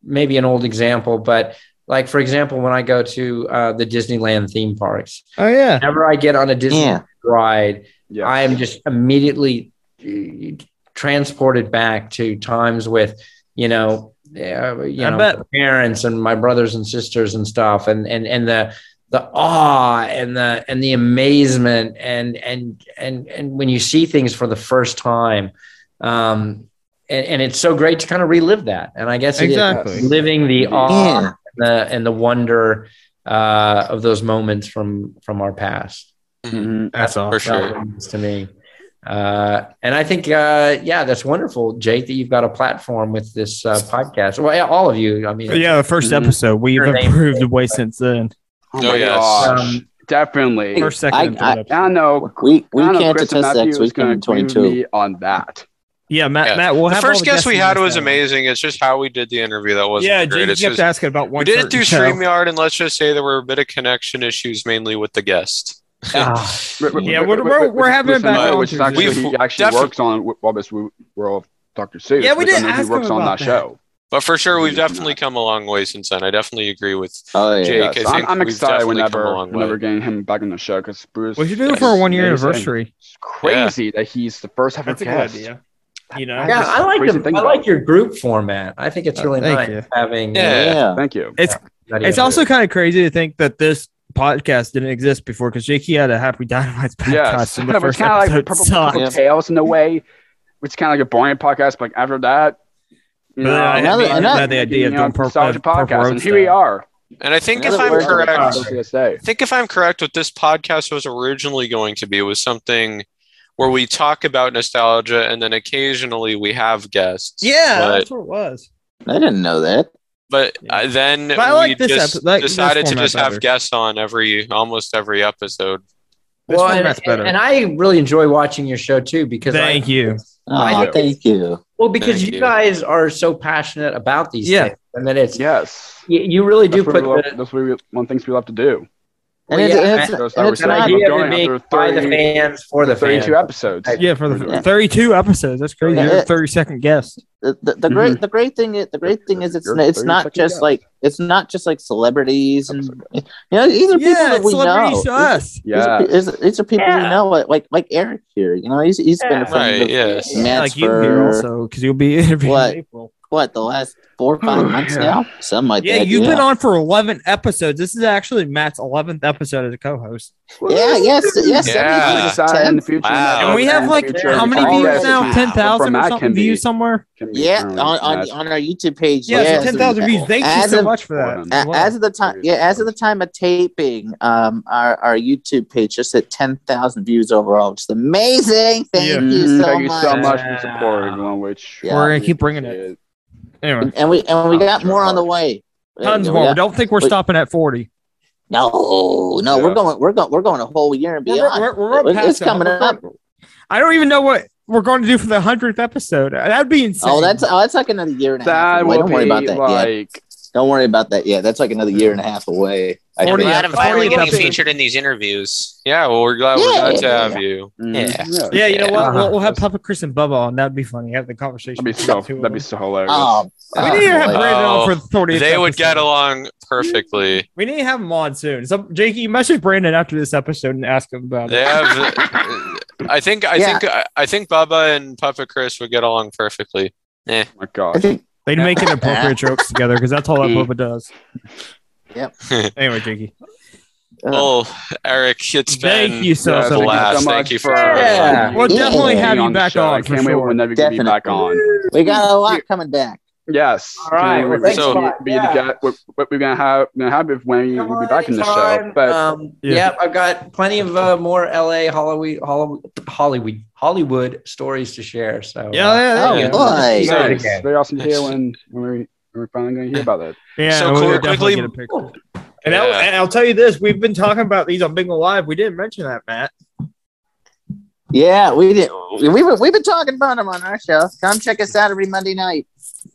maybe an old example, but like for example, when I go to uh, the Disneyland theme parks, Oh yeah. whenever I get on a Disney Yeah. ride, Yeah. I am just immediately uh, transported back to times with, you know, uh, you I know, bet. parents and my brothers and sisters and stuff, and and and the the awe and the and the amazement and and and and when you see things for the first time, um, and, and it's so great to kind of relive that. And I guess it is Exactly. living the awe Yeah. and the and the wonder uh, of those moments from from our past Mhm. That's all. For sure. that means to me. Uh, and I think, uh, yeah, that's wonderful, Jake, that you've got a platform with this uh, podcast. Well, yeah, all of you. I mean, Yeah, the 1st Mm-hmm. Mhm. episode. We've Sure, they- improved way since then. Oh, my yes. gosh. Um, Definitely. First, second, and I- third episode. I know. We we I know can't Chris attest that Matthew next is week gonna in twenty agree with two. me on that. Yeah, Matt. Yeah. Matt, we'll the have all first the guest guests we in had this was now. amazing. It's just how we did the interview that wasn't Yeah, great. Jake It's kept just, asking about one. we did it certain through show. StreamYard, and let's just say there were a bit of connection issues, mainly with the guest. ah, Yeah, we're- we're- we're having it back on Which is actually Tuesday. he We've actually defi- works on Wabbit's World of Dr. Seuss. Yeah, we which I did know ask He works him on about that that. show. But for sure, we've definitely come a long way since then. I definitely agree with Oh yeah. Jake. So I I'm, think I'm we've excited definitely come a whenever long whenever way. getting him back on the show because Bruce. We should do it is for a one year amazing. anniversary. It's crazy that he's the first ever That's a good guest. idea. You know, Yeah, That's I like crazy to the, think I about. like your group format. I think it's Uh, really thank nice you. having. Yeah. Yeah. Thank you. it's that it's idea. also kind of crazy to think that this podcast didn't exist before because Jakey had a Happy Dynamite's podcast Yes, in it the was first kind of like episode. the Purple, sucked. Purple Tales in a way, which is kind of like a boring podcast. But like after that, you But then I- I Another- mean, I another- had the idea of you know, doing purple, nostalgia Purple podcast, Road and here we style. are. And I think if Another I'm word for correct, podcast. I think if I'm correct, what this podcast was originally going to be was something where we talk about nostalgia and then occasionally we have guests. Yeah, But, that's what it was. I didn't know that. but uh, then But I like we this just epi- like this decided to format just better. have guests on every almost every episode. This well, and, format's better. and I really enjoy watching your show too because Thank I, you. Oh, do. thank you. Well, because Thank you you. guys are so passionate about these Yeah. things, and then it's Yes, you, you really do that's what, put we love, the, that's what we one things we love to do. And Well, it's, yeah, it's, So it's, that was an Sorry, not, I'm idea going to be after by the 30 fans for the fans. Thirty-two episodes. I- Yeah, for the Yeah. 32 episodes. That's crazy. Yeah. You're the 32nd guest. the, the, the great the great thing is the great thing is it's You're it's thirty not second just guest. like it's not just like celebrities and you know these are people that it's we celebrities know. to us. These Yeah, are, these are- these are people we Yeah. know, like like, like Eric here. You know, he's he's been a Yeah. friend Right, of yes. Matt's Yeah, like you here for also, because you'll be interviewed. What? in April. what the last four or Oh, five months yeah. now, something like Yeah, that. you've been on for 11 episodes. This is actually Matt's 11th episode as a co-host. Yeah, yes, yes. Yeah. everything We is decided in the tenth. future. Wow. that And we in have the like future, how many all views guests now? can- Ten thousand from or that something can be- views somewhere. can be Yeah, thrown. on, on, Yes. on our YouTube page. Yeah, yes. so ten thousand views. Thank you As so of- much for that. Hold A- as of the time, yeah, as of the time of taping, um, our, our YouTube page just hit ten thousand views overall, which is amazing. Thank Yeah. you Mm-hmm. so Thank you much. so much for supporting everyone, which Yeah. We're gonna keep bringing it. Anyway, And we and we got more on the way. tons We more. We got- don't think we're Wait. stopping at forty. No, no, Yeah. we're going, we're going, we're going a whole year and beyond. It- it's that. coming We're up. going- I don't even know what we're going to do for the hundredth episode. That'd be insane. Oh, that's oh, that's like another year and a half. That away. will Don't worry be about that yet. like Don't worry about that yet. That's like another year and a half away. I Forty think. glad I'm finally getting featured in these interviews. Yeah, well, we're glad we're Yeah, glad to yeah, have yeah. you. mm, yeah. You know what? Uh-huh. We'll, we'll have Papa Chris and Bubba on. That'd be funny. Have the conversation. That'd be between so. the two of That'd be them. so hilarious. Oh, We need to have boy. Brandon on for the forty. Oh, They would get along perfectly. We need to have him on soon. So, Jakey, you message Brandon after this episode and ask him about it. They have. uh, I think. I Yeah. think. I- I think Bubba and Papa Chris would get along perfectly. Oh my I god. think They'd make inappropriate jokes together because that's all that Boba does. Yep. anyway, Jakey. Oh, Eric, it's Thank been you so, Yeah, so a thank you much. blast. so Thank much uh, you for Yeah. We'll Yeah. definitely have being the you back show. on. I for can't wait sure. whenever you can be Definitely. back on. we got a lot coming back. Yes. All right, Can't well, wait thanks for a you to lot. Be Yeah. the guy, what, what we're gonna have, gonna have if when you will be back in the show. Anytime. But um, Yeah. yeah. I've got plenty of uh, more LA Hollywood, Hollywood, Hollywood, Hollywood stories to share. So Yeah, uh, yeah, there Oh, you go. boy. So- nice. very awesome to hear when when we we're finally gonna hear about that. Yeah, So we'll quick- definitely quickly- get a picture. And, I'll, Yeah. and I'll tell you this: we've been talking about these on Bingo Live. We didn't mention that, Matt. Yeah, we did. We were, we've been talking about them on our show. Come check us out every Monday night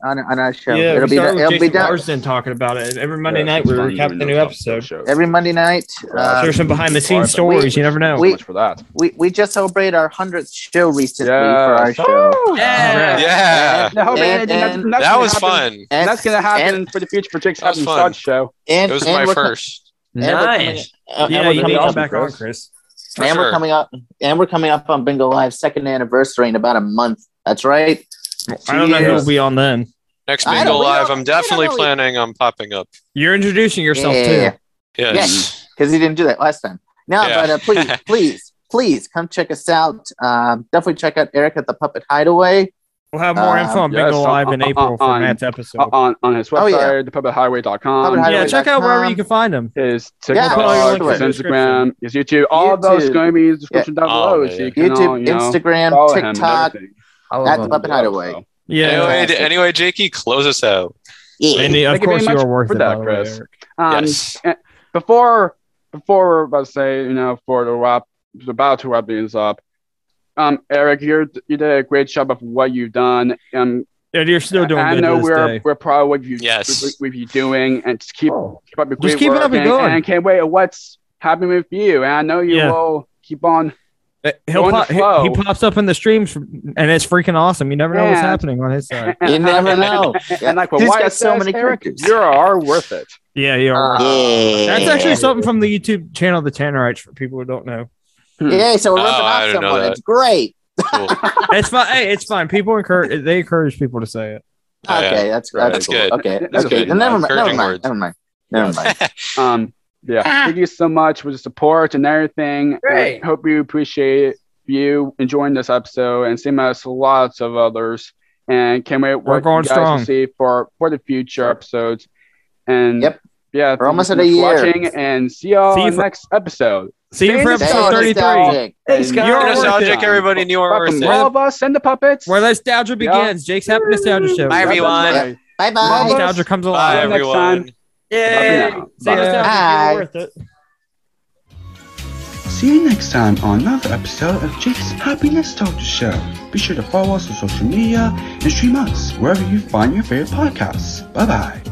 on on our show. yeah, it'll we be started it'll with be Jason done Marsden talking about it. Every Monday Yeah, night, it's we fun recap doing the new those episode. shows. every Monday night. Uh, Uh, There's some behind-the-scenes Sorry, but stories. we- You never know. so much for that. we we just celebrated our hundredth show recently for our Yes. show. Oh. Woo! Yeah. Yeah, I hope And- it- that's- and- that's that gonna was happen. fun. And- that's gonna happen and- for the future for Jake's That was Captain fun. Sod show. And, It was and my we're co- first. and we're coming- Nice. and yeah, we're you coming need up to on- back on, Chris. Chris. for and we're sure. coming up and we're coming up on bingo live's second anniversary in about a month that's right I don't know who'll be on then. Next I Bingo don't- we Live, don't- I'm we don't definitely know. planning on popping up. You're introducing yourself Yeah. too. Yes. Yes. because he didn't do that last time no Yeah. but uh, please please please come check us out um, definitely check out eric at the puppet hideaway We'll have more Uh, info on Um, yes, Bingo on- Live in on- April for on- Matt's Uh, episode. on on his Oh, website, yeah. thepublichehighway.com. Publichehighway. Yeah, check out wherever com. um, you can find him. his Yeah, TikTok, put all his your links in the Instagram, his YouTube. All of those YouTube. going to be in the description down Oh, below. yeah, so yeah. you can all, youtube you know, instagram follow him and tiktok everything. I at love the them. puppet hideaway So, Yeah, Anyway, Fantastic. anyway, Jakey, close us out. yeah. and of Thank you very course you much are worth for it, that, by the way, Chris. Eric. um, yes. Before before we're about to say you know for the wrap about to wrap things up. Um, Eric, you you did a great job of what you've done. Um, And you're still doing I good know to this we're day. we're proud of what you Yes. with, with you doing, and just keep Oh. keep up your Just great keep it work up and and, going. and can't wait at what's happening with you. And I know you Yeah. will keep on Uh, He'll On the pop, he, flow. he pops up in the streams, from, and it's freaking awesome. You never know what's Yeah. happening on his side. You never know. And like, well, He's why got it so says many Eric, characters. You are worth it. Yeah, you are. Uh, yeah. That's actually Uh, something from the YouTube channel, The Tannerites, for people who don't know. Yeah, so we're Oh, ripping I off didn't know someone. that. It's great. Cool. It's fine. Hey, it's fine. People encourage. They encourage people to say it. Oh, yeah. Okay, that's Right. that's That's cool. good. Okay, That's okay. good. Then Never mind. Never Encouraging mind. words. Never mind. Never mind. Um, yeah. Thank you so much for the support and everything. Ah. Great. I hope you appreciate you enjoying this episode and same as lots of others. And can we We're what going you guys will strong. see for for the future episodes? And Yep. yeah, thank you almost so at a much for year. Watching and see y'all See you on for- next episode. See you for Stay Stay episode thirty-three, nostalgic. Thanks, guys. You're You're nostalgic, worth it. everybody, and you are Fucking worth all it. of us and the puppets. where the nostalgia Yeah. begins. Jake's happy nostalgia show. Bye, everyone. Bye. Bye Love bye. us. Nostalgia comes Bye, alive. next time. everyone. Yeah. Bye. See nostalgia. Bye. You're worth it. See you next time on another episode of Jake's Happiness Talk Show. Be sure to follow us on social media and stream us wherever you find your favorite podcasts. Bye bye.